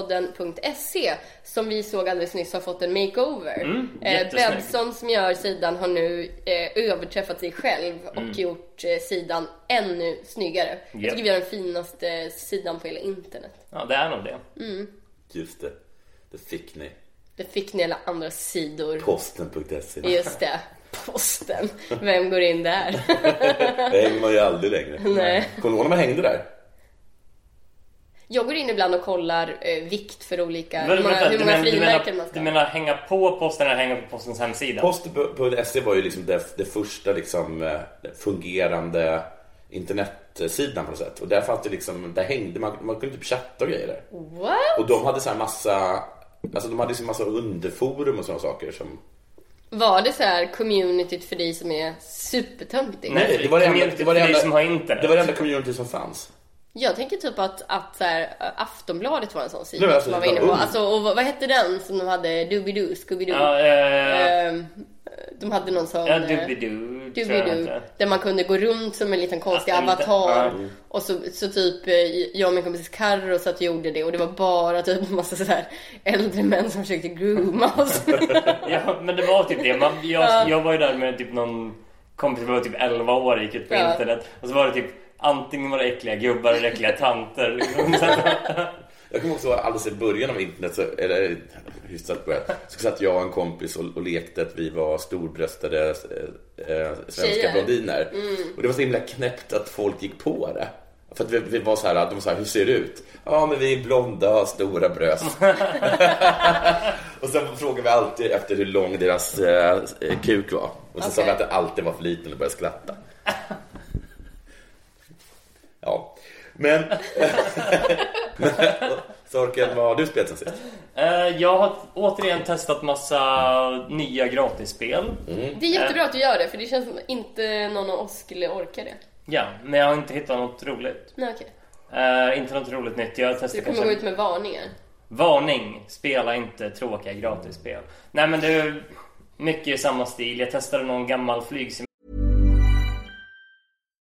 Speaker 3: spelaspelpodden.se som vi såg alldeles nyss har fått en makeover. eh,
Speaker 2: jättesnygg.
Speaker 3: Benson som gör sidan har nu eh, överträffat sig själv och gjort eh, sidan ännu snyggare. Jag
Speaker 2: Japp.
Speaker 3: tycker vi har den finaste sidan på hela internet.
Speaker 2: Ja, det är nog det.
Speaker 1: Just det. Det fick ni.
Speaker 3: Det fick ni alla andra sidor.
Speaker 1: Posten.se.
Speaker 3: Just det. Posten. Vem går in där? [laughs]
Speaker 1: Det hänger man ju aldrig längre.
Speaker 3: Nej.
Speaker 1: Kommer du ihåg när man hängde där?
Speaker 3: Jag går in ibland och kollar eh, vikt för olika, hur
Speaker 2: Men-
Speaker 3: många,
Speaker 2: vänta,
Speaker 3: hur
Speaker 2: du
Speaker 3: många
Speaker 2: men- du
Speaker 3: frimärken
Speaker 2: menar-
Speaker 3: man ska
Speaker 2: Du
Speaker 3: ha.
Speaker 2: menar hänga på posten eller hänga på postens hemsida?
Speaker 1: Posten.se var ju liksom det, det första liksom eh, fungerande internetsidan på något sätt. Och där fanns det liksom, där hängde man, man kunde typ chatta och grejer där.
Speaker 3: What?
Speaker 1: Och de hade så här massa, alltså de hade liksom massa underforum och sådana saker som
Speaker 3: Var det så här communityt för dig som är supertöntig?
Speaker 2: Nej.
Speaker 1: det var det enda, det var det
Speaker 2: För dig
Speaker 1: enda,
Speaker 2: som har internet.
Speaker 1: Det var det enda community som fanns.
Speaker 3: Jag tänker typ att, att så här, ä, Aftonbladet var en sån sida
Speaker 1: Nej, men alltså,
Speaker 3: som man var inne på.
Speaker 1: det var ung.
Speaker 3: Alltså, och vad, vad hette den som de hade? Doobidoo, Scooby-Doo?
Speaker 2: Ja, eh,
Speaker 3: Ehm, de hade någon sån...
Speaker 2: ja,
Speaker 3: eh,
Speaker 2: Doobidoo tror jag
Speaker 3: Doobidoo,
Speaker 2: inte.
Speaker 3: där man kunde gå runt som en liten konstig
Speaker 2: Ja, inte-
Speaker 3: avatar.
Speaker 2: ja.
Speaker 3: Och så, så typ eh, jag och min kompis Carro satt och gjorde det och det var bara typ en massa sådär äldre män som försökte grooma oss.
Speaker 2: [laughs] Ja, men det var typ
Speaker 3: [laughs]
Speaker 2: det. Man, jag, jag var ju där med typ någon kompis som var typ 11 år gick ut på
Speaker 3: Ja.
Speaker 2: internet. Och så var det typ antingen var det äckliga gubbar eller äckliga tanter. [laughs] Liksom. Så att-
Speaker 1: Jag kommer också ihåg alldeles i början av internet, så, eller eh, hyfsat början, så satt jag och en kompis och, och lekte att vi var storbröstade eh, eh, svenska
Speaker 3: Tjejer. Mm.
Speaker 1: blondiner. Och det var så himla knäppt att folk gick på det. För att vi, vi var så här, de var så här, hur ser du ut? Ja, men vi är blonda har stora
Speaker 3: [laughs]
Speaker 1: bröst. och sen frågade vi alltid efter hur lång deras eh, kuk var. Och sen sa vi
Speaker 3: Okej.
Speaker 1: att det alltid var för liten och började
Speaker 3: [laughs]
Speaker 1: skratta. ja, men... [laughs] Sorken, vad har du spelat sen sist?
Speaker 2: Eh, jag har återigen testat massa nya gratisspel.
Speaker 3: Det är jättebra att du gör det för det känns som att inte någon av oss skulle orka det.
Speaker 2: Ja, men jag har inte hittat något roligt.
Speaker 3: Nej okej.
Speaker 2: Eh, inte något roligt nytt. Jag
Speaker 3: Du
Speaker 2: testade
Speaker 3: kommer
Speaker 2: kanske...
Speaker 3: gå ut med varningar.
Speaker 2: Varning! Spela inte tråkiga gratisspel. Nej men det är mycket i samma stil. Jag testade någon gammal flygsim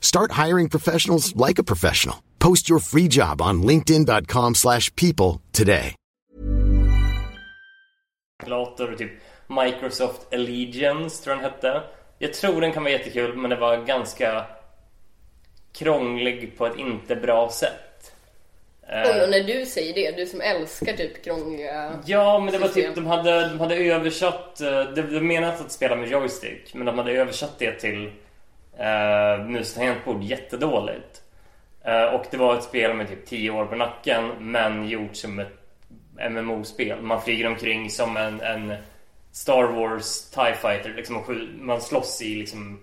Speaker 4: Start hiring professionals like a professional. Post your free job on linkedin.com slash people today.
Speaker 2: dator och typ Microsoft Allegiance tror jag den hette. Jag tror den kan vara jättekul men det var ganska krånglig på ett inte bra sätt. Eh.
Speaker 3: Oj, och när du säger det, du som älskar typ krångliga...
Speaker 2: Ja, men det var
Speaker 3: System.
Speaker 2: typ, de hade, de hade översatt, eh, det var menat att spela med joystick, men de hade översatt det till eh, mus och tangentbord jättedåligt. Eh, och det var ett spel med typ 10 år på nacken, men gjort som ett MMO-spel. Man flyger omkring som en, en Star Wars TIE Fighter, liksom, och skj- man slåss i liksom,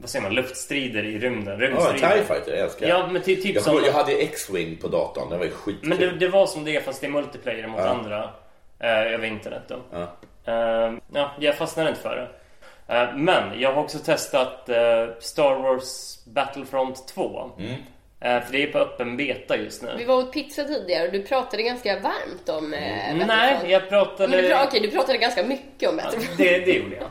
Speaker 2: vad säger man, luftstrider i rymden.
Speaker 1: Ja,
Speaker 2: Rymdstrider.
Speaker 1: TIE E Fighter, jag älskar
Speaker 2: Ja, men typ, typ
Speaker 1: jag,
Speaker 2: som...
Speaker 1: kommer, jag hade X-Wing på datorn, den var ju skitkul.
Speaker 2: Men det, det var som det är fast det är multiplayer mot andra eh, över internet då.
Speaker 1: Ja.
Speaker 2: Eh, ja, jag fastnade inte för det. Eh, men jag har också testat eh, Star Wars Battlefront 2.
Speaker 1: Mm.
Speaker 2: Eh, för det är på öppen beta just
Speaker 3: Vi
Speaker 2: nu.
Speaker 3: var åt pizza tidigare och du pratade ganska varmt om eh, Battlefront.
Speaker 2: Mm, Nej, jag pratade...
Speaker 3: Men du, pra- okej, du pratade ganska mycket om
Speaker 2: Ja,
Speaker 3: Battlefront.
Speaker 2: det, det gjorde jag.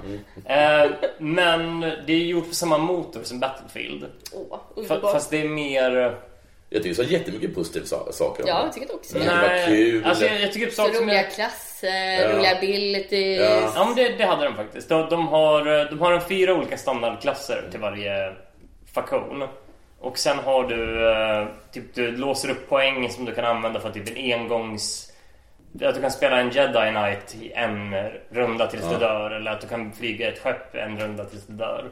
Speaker 1: Mm.
Speaker 2: Eh, men det är gjort på samma motor som Battlefield.
Speaker 3: Åh,
Speaker 2: Fa-
Speaker 3: underbart.
Speaker 2: Fast det är mer...
Speaker 1: Jag tycker så jättemycket positiva sa- saker om
Speaker 3: Ja,
Speaker 1: det.
Speaker 3: jag tycker det också.
Speaker 1: det var kul.
Speaker 2: Alltså, jag, jag tycker upp
Speaker 3: Så
Speaker 2: saker som
Speaker 3: roliga
Speaker 2: jag...
Speaker 3: klasser, roliga abilities.
Speaker 1: Ja.
Speaker 2: Ja, men det, det hade de faktiskt. De, de, har, de har en fyra olika standardklasser till varje faktion. Och sen har du, eh, typ, du låser upp poäng som du kan använda för typ en engångs... Att du kan spela en Jedi Knight i en runda tills du dör. Eller att du kan flyga ett skepp en runda tills du dör.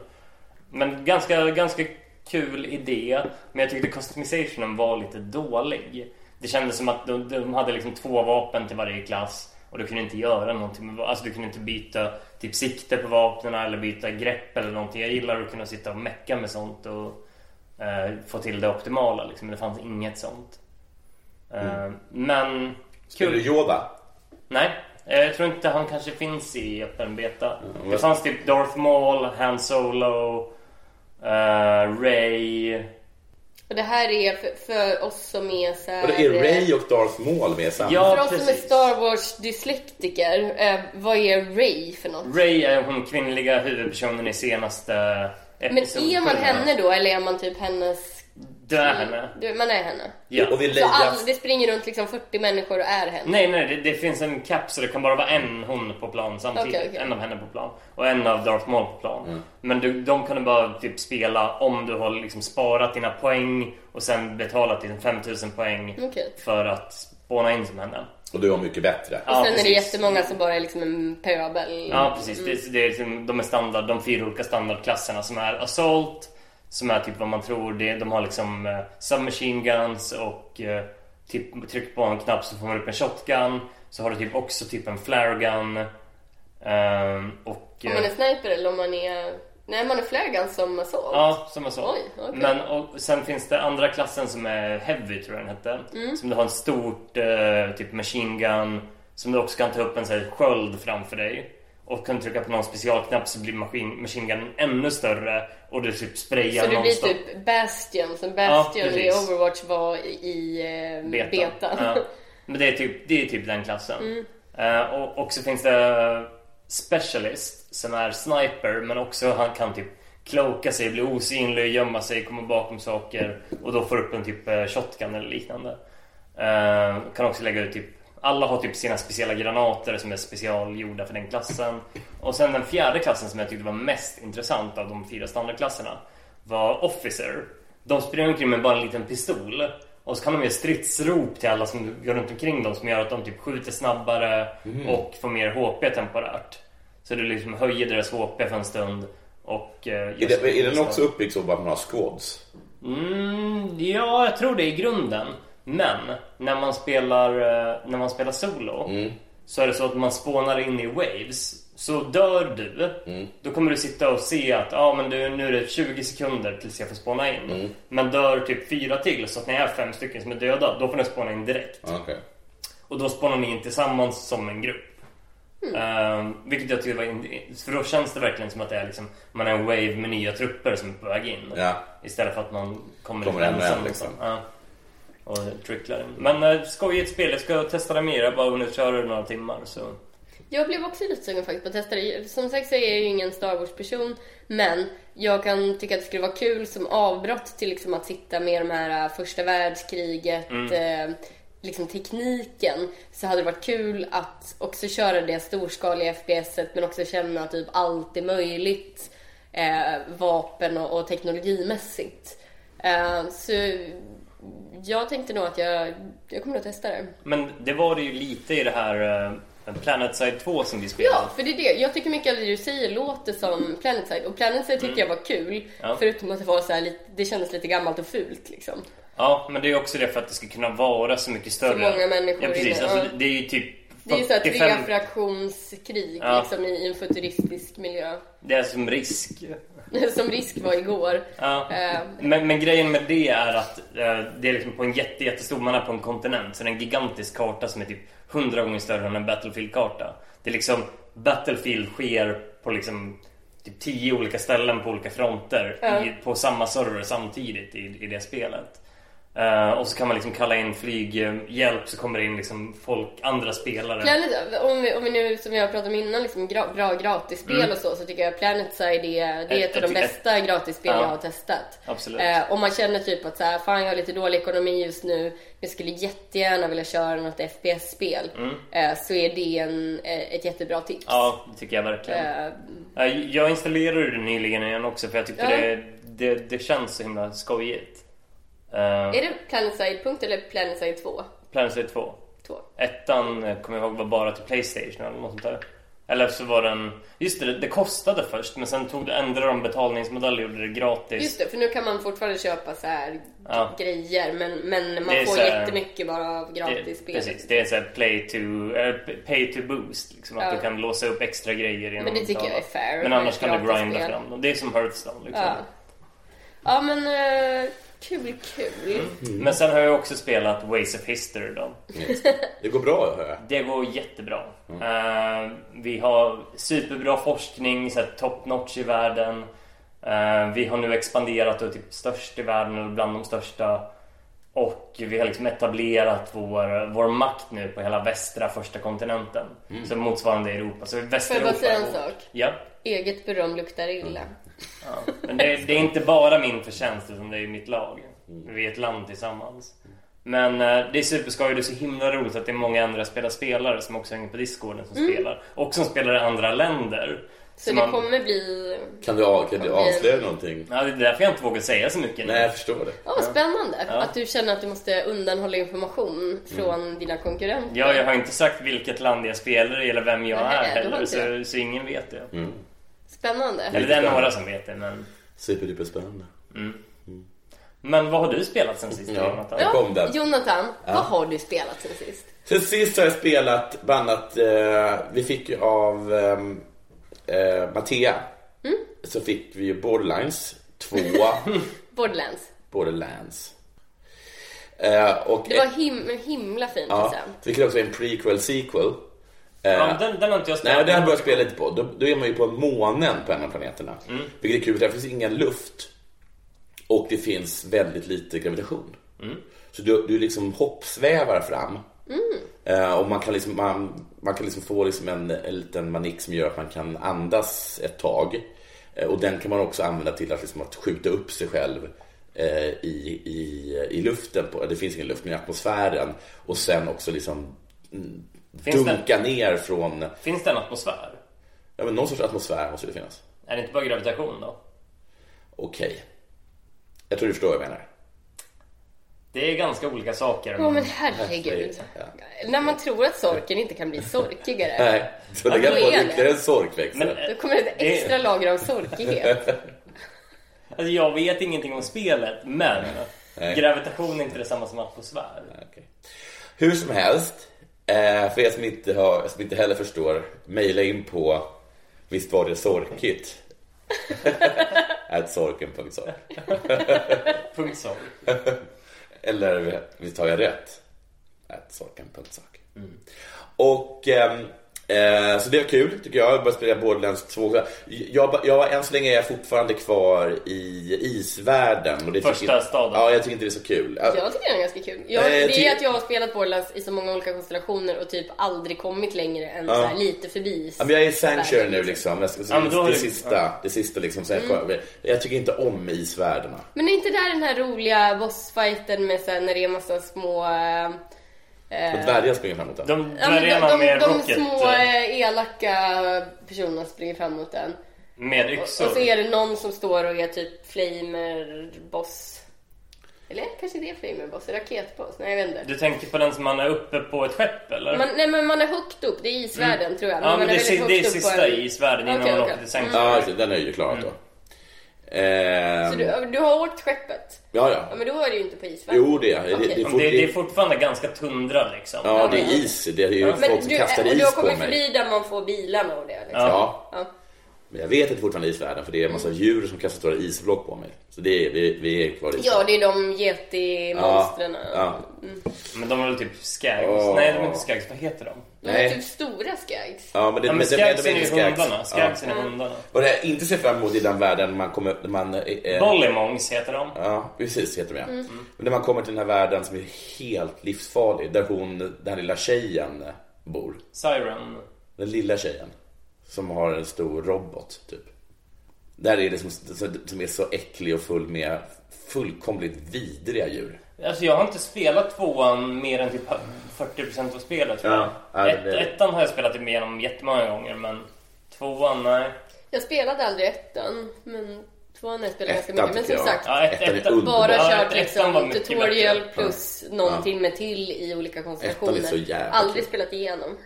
Speaker 2: Men ganska, ganska kul idé. Men jag tyckte customizationen var lite dålig. Det kändes som att de, de hade liksom två vapen till varje klass och du kunde inte göra någonting. med va- Alltså du kunde inte byta typ sikte på vapnen eller byta grepp eller någonting. Jag gillar att kunna sitta och mecka med sånt och eh, få till det optimala liksom. Men det fanns inget sånt. Eh, Men
Speaker 1: Spelar du Yoda?
Speaker 2: Nej, eh, jag tror inte han kanske finns i öppen beta. det fanns typ Darth Maul, Han Solo, eh, Ray.
Speaker 3: Och det här är för, för oss som är så här,
Speaker 1: Och det är
Speaker 3: eh,
Speaker 1: Ray och Darth Maul med samma?
Speaker 2: Ja.
Speaker 3: För oss som är
Speaker 2: precis.
Speaker 3: Star Wars-dyslektiker, eh, vad är Ray för något?
Speaker 2: Ray är hon kvinnliga huvudpersonen i senaste
Speaker 3: Men
Speaker 2: episoden.
Speaker 3: är man henne då, eller är man typ hennes...
Speaker 2: Du är henne.
Speaker 3: Du, man är henne.
Speaker 2: Ja.
Speaker 1: Och det är
Speaker 3: Så
Speaker 1: Leia.
Speaker 3: all, det springer runt liksom 40 människor och är henne.
Speaker 2: Nej, nej, det, det finns en cap så det kan bara vara en hon på plan samtidigt.
Speaker 3: Okej, okej.
Speaker 2: En av henne på plan och en av Darth Maul på plan. Men du, de kan du bara typ spela om du har liksom sparat dina poäng och sen betalat dina 5000 poäng
Speaker 3: Okej.
Speaker 2: för att spåna in som henne.
Speaker 1: Och du var mycket bättre.
Speaker 2: Ja,
Speaker 3: Sen är det
Speaker 2: precis.
Speaker 3: jättemånga som bara är liksom en pöbel.
Speaker 2: Ja, precis. Det, det är liksom, de är standard, de fyra olika standardklasserna som är Assault, som är typ vad man tror. Det, de har liksom eh, submachine guns och eh, typ, tryck på en knapp så får man upp en shotgun. Så har du typ också typ en flare gun. ehm, och,
Speaker 3: Om man är
Speaker 2: eh,
Speaker 3: sniper eller om man är... Nej, man är flögan som så.
Speaker 2: Ja, som jag sa.
Speaker 3: Oj, okej.
Speaker 2: Men och, sen finns det andra klassen som är Heavy, tror jag den hette.
Speaker 3: Mm.
Speaker 2: Som du har en stort eh, typ machine gun som du också kan ta upp en sån här sköld framför dig. Och kan trycka på någon specialknapp så blir maskin, machine gunnen ännu större och du typ sprayar
Speaker 3: Så det blir
Speaker 2: nonstop.
Speaker 3: typ Bastion, som Bastion i
Speaker 2: precis.
Speaker 3: Overwatch var i eh, beta.
Speaker 2: Ja.
Speaker 3: [laughs]
Speaker 2: Men det är, typ, det är typ den klassen. Eh, och, och så finns det Specialist som är sniper men också han kan typ kloka sig, bli osynlig, gömma sig, komma bakom saker och då får upp en typ eh, shotgun eller liknande. Eh, kan också lägga ut typ Alla har typ sina speciella granater som är specialgjorda för den klassen. Och sen den fjärde klassen som jag tyckte var mest intressant av de fyra standardklasserna var Officer. De springer omkring med bara en liten pistol. Och så kan de ge stridsrop till alla som går runt omkring dem som gör att de typ skjuter snabbare
Speaker 1: Mhm.
Speaker 2: och får mer HP temporärt. Så det liksom höjer deras HP för en stund. Och, eh,
Speaker 1: Är,
Speaker 2: just-
Speaker 1: det, är den också uppbyggd så att man har squads?
Speaker 2: Mm, ja, jag tror det i grunden. Men när man spelar, eh, när man spelar solo så är det så att man spånar in i waves. Så dör du, då kommer du sitta och se att ah, men du, nu är det 20 sekunder tills jag får spåna in. Men dör typ fyra till, så att när jag är fem stycken som är döda, då får ni spåna in direkt.
Speaker 1: Okej.
Speaker 2: Och då spånar ni in tillsammans som en grupp.
Speaker 3: Mm.
Speaker 2: Ehm, vilket jag tycker var... In- för då känns det verkligen som att det är liksom, man är en wave med nya trupper som är på väg in.
Speaker 1: Ja.
Speaker 2: Istället för att man kommer,
Speaker 1: Kommer
Speaker 2: lite
Speaker 1: en med
Speaker 2: ensam
Speaker 1: en, liksom.
Speaker 2: Ja. Och tricklar in. Men äh, skojigt spel. Jag ska testa det mer. Jag bara hunnit köra det några timmar. Så.
Speaker 3: Jag blev också lite sugen faktiskt på att testa det. Som sagt så är jag ju ingen Star Wars-person, men jag kan tycka att det skulle vara kul som avbrott till liksom att sitta med de här äh, första världskriget, eh, liksom tekniken. Så hade det varit kul att också köra det storskaliga FPSet men också känna att typ allt är möjligt eh, vapen och, och teknologimässigt. Eh, så jag tänkte nog att jag, jag kommer nog testa det.
Speaker 2: Men det var det ju lite i det här äh, Planetside 2 som vi spelade.
Speaker 3: Ja, för det är det. Jag tycker mycket av det du säger låter som Planetside. Och Planetside tyckte jag var kul.
Speaker 2: Mm. Ja.
Speaker 3: Förutom att det var så här, lite- det kändes lite gammalt och fult liksom.
Speaker 2: Ja, men det är också det för att det ska kunna vara så mycket större.
Speaker 3: många människor
Speaker 2: Ja, precis.
Speaker 3: inne,
Speaker 2: Alltså,
Speaker 3: ja.
Speaker 2: det är ju typ
Speaker 3: Det är ju såhär
Speaker 2: 45
Speaker 3: trefraktionskrig
Speaker 2: Ja.
Speaker 3: liksom i en futuristisk miljö. [laughs]
Speaker 2: Det är som risk.
Speaker 3: Som Risk var igår.
Speaker 2: Ja.
Speaker 3: Eh,
Speaker 2: Men, men grejen med det är att eh, det är liksom på en jätte, jättestor, man är på en kontinent. Så det är en gigantisk karta som är typ hundra gånger större än en Battlefield-karta. Det är liksom, Battlefield sker på liksom typ tio olika ställen på olika fronter i, på samma server samtidigt i, i det spelet. Eh, och så kan man liksom kalla in flyghjälp så kommer det in liksom folk, andra spelare.
Speaker 3: Planet, om, vi, om vi nu, som jag pratade om innan, liksom gra, bra gratisspel
Speaker 2: Mm.
Speaker 3: och så, så tycker jag Planetside är, det är ett av de
Speaker 2: Ett- ett-
Speaker 3: bästa gratisspel
Speaker 2: Ja.
Speaker 3: jag har testat.
Speaker 2: Absolut.
Speaker 3: Eh, om man känner typ att så här, fan jag har lite dålig ekonomi just nu, jag skulle jättegärna vilja köra något FPS-spel. Eh, så är det en, eh, ett jättebra tips.
Speaker 2: Mm. Ja, det tycker jag verkligen.
Speaker 3: Eh,
Speaker 2: Ja, Jag installerade det nyligen igen också för jag tyckte
Speaker 3: Ja.
Speaker 2: det, det, det känns så himla skojigt. Uh,
Speaker 3: är det Planetside.punkt eller Planetside 2?
Speaker 2: Planet 2.
Speaker 3: 2.
Speaker 2: Ettan eh, kommer jag ihåg var bara till Playstation eller något sånt där. Eller så var den... Just det, det kostade först men sen tog, ändrade de betalningsmodell och gjorde det gratis.
Speaker 3: Just det, för nu kan man fortfarande köpa så här
Speaker 2: Ja.
Speaker 3: grejer, men, men
Speaker 2: Det
Speaker 3: man
Speaker 2: är
Speaker 3: får
Speaker 2: så här-
Speaker 3: jättemycket bara av
Speaker 2: det,
Speaker 3: gratisspelet.
Speaker 2: precis, det är såhär play to, eh, pay to boost liksom. Att
Speaker 3: Ja.
Speaker 2: du kan låsa upp extra grejer genom
Speaker 3: Men det
Speaker 2: att
Speaker 3: tycker
Speaker 2: betala.
Speaker 3: jag är fair.
Speaker 2: Men
Speaker 3: Det är
Speaker 2: annars kan du grinda
Speaker 3: gratisspel.
Speaker 2: fram dem. Det är som Hearthstone liksom.
Speaker 3: Ja. Ja men eh, kul kul.
Speaker 2: Men sen har jag också spelat Ways of History då.
Speaker 1: Det går bra, hör jag.
Speaker 2: Det går jättebra.
Speaker 3: Mm.
Speaker 2: Eh, vi har superbra forskning, så här top notch i världen. Eh, vi har nu expanderat och är typ störst i världen, eller bland de största. Och vi har liksom etablerat vår, vår makt nu på hela västra första kontinenten. Så motsvarande Europa. Så
Speaker 3: Mm. Får jag bara
Speaker 2: Västeuropa
Speaker 3: säga en
Speaker 2: är vårt.
Speaker 3: sak?
Speaker 2: Ja.
Speaker 3: Eget beröm luktar illa.
Speaker 2: ja. Men det, det är inte bara min förtjänst, utan det är mitt lag. Vi är ett land tillsammans. Men eh, det är superskoj och det är så himla roligt att det är många andra spela spelare som också hänger på discorden som
Speaker 3: Mm.
Speaker 2: spelar. Och som spelar i andra länder.
Speaker 3: Så det
Speaker 2: man-
Speaker 3: kommer bli...
Speaker 1: Kan du, av- kan du avslöja någonting?
Speaker 2: Ja, det är därför jag inte vågar säga så mycket nu.
Speaker 1: Nej, jag förstår det.
Speaker 3: Ja, vad spännande att du känner att du måste undanhålla information från dina konkurrenter.
Speaker 2: Ja, jag har inte sagt vilket land jag spelar i eller vem jag
Speaker 3: Nej,
Speaker 2: är
Speaker 3: det var
Speaker 2: heller,
Speaker 3: inte
Speaker 2: så, så ingen vet det.
Speaker 1: Mm.
Speaker 3: Spännande.
Speaker 2: Eller det är några som vet det, men...
Speaker 1: Superduper spännande.
Speaker 2: Men vad har du spelat sen sist,
Speaker 1: Ja.
Speaker 2: Jonathan?
Speaker 1: Ja. kom den.
Speaker 3: Jonathan, vad har du spelat sen sist?
Speaker 1: Sen sist har jag spelat bandat, eh, vi fick ju av eh, eh, Mattea,
Speaker 3: Mm.
Speaker 1: så fick vi ju Borderlines 2,
Speaker 2: [laughs]
Speaker 3: Borderlands.
Speaker 1: Borderlands. Eh, och
Speaker 3: Det var him- en himla alltså. fin
Speaker 1: ja,
Speaker 3: present.
Speaker 1: så fick det också en prequel sequel.
Speaker 2: Ja, men den, den har inte jag
Speaker 1: Nej,
Speaker 2: spelat.
Speaker 1: men det här börjar jag spela lite på. Då, då är man ju på månen på en av planeterna.
Speaker 2: Mm.
Speaker 1: Vilket är kul, för där finns ingen luft. Och det finns väldigt lite gravitation.
Speaker 2: Mm.
Speaker 1: Så du, du liksom hoppsvävar fram. Eh, och man kan liksom, man, man kan liksom få liksom en, en liten manik som gör att man kan andas ett tag. Eh, och den kan man också använda till att, liksom, att skjuta upp sig själv eh, i, i, i luften. På, det finns ingen luft, men i atmosfären. Och sen också liksom
Speaker 2: Finns det-
Speaker 1: dunka ner från...
Speaker 2: Finns det en atmosfär?
Speaker 1: Ja, men någon sorts atmosfär måste det finnas.
Speaker 2: Är det inte bara gravitation då?
Speaker 1: Okej. Jag tror du förstår vad jag menar.
Speaker 2: Det är ganska olika saker.
Speaker 3: Ja men herregud.
Speaker 1: Ja.
Speaker 3: När man tror att sorken inte kan bli sorkigare.
Speaker 1: Nej, så det
Speaker 3: Ja,
Speaker 1: kan
Speaker 3: då
Speaker 1: få
Speaker 3: är det. eh,
Speaker 1: ytterligare en sorkväxel.
Speaker 2: Men-
Speaker 3: Då kommer det ett extra lager av sorkighet.
Speaker 2: Alltså, jag vet ingenting om spelet, men gravitation är inte detsamma som atmosfär.
Speaker 1: Okej. Hur som helst, eh, för er som inte, har, som inte heller förstår, mejla in på Visst var det
Speaker 3: [laughs]
Speaker 1: sorkigt? At sorken.sork.
Speaker 2: Punkt så.
Speaker 1: Eller visst har jag rätt? At sorken.sork. Och ehm, eh, så det var kul tycker jag. Jag började spela Borderlands 2. Jag, jag, än så länge är jag fortfarande kvar i isvärlden. Och det tycker-
Speaker 2: Första staden.
Speaker 1: Ja, jag tycker inte det är så kul.
Speaker 3: Jag tycker den är ganska kul. Jag,
Speaker 1: Nej, jag
Speaker 3: det
Speaker 1: tycker-
Speaker 3: är att jag har spelat Borderlands i så många olika konstellationer och typ aldrig kommit längre än så här lite förbi.
Speaker 1: Ja, men jag är i Sanctuary nu liksom. Jag ska,
Speaker 2: Ja, men då har
Speaker 1: det,
Speaker 2: du-
Speaker 1: sista, det sista liksom. Så jag,
Speaker 3: Mm.
Speaker 1: jag tycker inte om isvärdarna.
Speaker 3: Men är inte där den här roliga bossfighten med så här, när det är massa små... eh,
Speaker 1: Och dvärgar springer framåt den.
Speaker 2: De
Speaker 3: Ja, men
Speaker 2: dvärgarna
Speaker 3: de, de,
Speaker 2: med
Speaker 3: de
Speaker 2: rocket,
Speaker 3: små
Speaker 2: eh,
Speaker 3: eh, elaka personerna springer fram mot den.
Speaker 2: med
Speaker 3: Och, och
Speaker 2: yxor.
Speaker 3: så är det någon som står och är typ flamer-boss. Eller kanske det är flamer-boss? Raketboss? Nej, jag vet inte.
Speaker 2: Du tänker på den som man är uppe på ett skepp eller?
Speaker 3: Man, nej, men man är högt upp. Det är isvärlden, tror jag.
Speaker 2: Mm. ja,
Speaker 3: man
Speaker 2: men det
Speaker 3: är
Speaker 2: är,
Speaker 3: väldigt
Speaker 2: si- det är
Speaker 3: högt upp på
Speaker 2: sista
Speaker 3: en-
Speaker 2: isvärlden innan
Speaker 3: Okej,
Speaker 2: man
Speaker 3: okej. Mm.
Speaker 2: åker till Sanctuary.
Speaker 1: Ja, alltså, den är ju klar
Speaker 2: Mm.
Speaker 1: då. Ehm,
Speaker 3: Så du, du har åkt skeppet?
Speaker 1: ja,
Speaker 3: Ja,
Speaker 1: ja.
Speaker 3: men då är det ju inte på isvärlden.
Speaker 1: Jo, det är det, det,
Speaker 3: Okej.
Speaker 1: är
Speaker 2: Det,
Speaker 1: fort-
Speaker 2: det är fortfarande ganska tundra liksom.
Speaker 1: Ja, det är is. Det är ju folk som
Speaker 3: du,
Speaker 1: kastar
Speaker 3: och du
Speaker 1: is
Speaker 3: har
Speaker 1: på
Speaker 3: kommit
Speaker 1: mig.
Speaker 3: förbi där man får bilarna och det. Liksom.
Speaker 1: Ja.
Speaker 3: Ja.
Speaker 1: Men jag vet att det är fortfarande är isvärden för det är en massa djur som kastar stora isblock på mig. Så det är, vi, vi är kvar i
Speaker 3: ja, det är de yeti-monstren.
Speaker 1: Ja, ja.
Speaker 2: Men de är väl typ skags.
Speaker 1: Åh.
Speaker 2: Nej, de är inte skags. Vad heter de?
Speaker 3: De är
Speaker 1: Nej.
Speaker 3: typ stora skags.
Speaker 1: Ja, men det,
Speaker 2: Ja, men
Speaker 1: men, men,
Speaker 2: skagsen
Speaker 1: de är
Speaker 2: är ju
Speaker 1: inte skags. Ja.
Speaker 2: hundarna. Skagsen är hundarna.
Speaker 1: Vad jag inte ser fram emot i den världen man kommer... när Man, eh,
Speaker 2: Bollymongs heter de.
Speaker 1: Ja, precis heter de ja.
Speaker 2: Mm.
Speaker 1: Men när man kommer till den här världen som är helt livsfarlig, där hon, den här lilla tjejen bor.
Speaker 2: Siren.
Speaker 1: Den lilla tjejen. Som har en stor robot, typ. Där är det som, som- som är så äcklig och full med fullkomligt vidriga djur.
Speaker 2: Alltså jag har inte spelat tvåan mer än typ 40% av spelet. tror jag.
Speaker 1: Ja, ja,
Speaker 2: Ett,
Speaker 1: det-
Speaker 2: ettan har jag spelat igenom jättemånga gånger men tvåan, nej.
Speaker 3: Jag spelade aldrig ettan, men tvåan har jag spelat ganska
Speaker 1: Ettan
Speaker 3: mycket. Men
Speaker 1: tycker
Speaker 3: som
Speaker 1: jag.
Speaker 3: sagt,
Speaker 2: Ja, ett,
Speaker 1: Ettan är
Speaker 2: ettan-
Speaker 1: underbar.
Speaker 3: bara
Speaker 2: ja,
Speaker 3: kört
Speaker 2: ett- ettan var
Speaker 3: liksom
Speaker 2: mycket
Speaker 3: tutorial
Speaker 2: bättre.
Speaker 3: plus någon timme till i olika konstellationer.
Speaker 1: Ettan är så jävla
Speaker 3: aldrig
Speaker 1: kul.
Speaker 3: spelat igenom.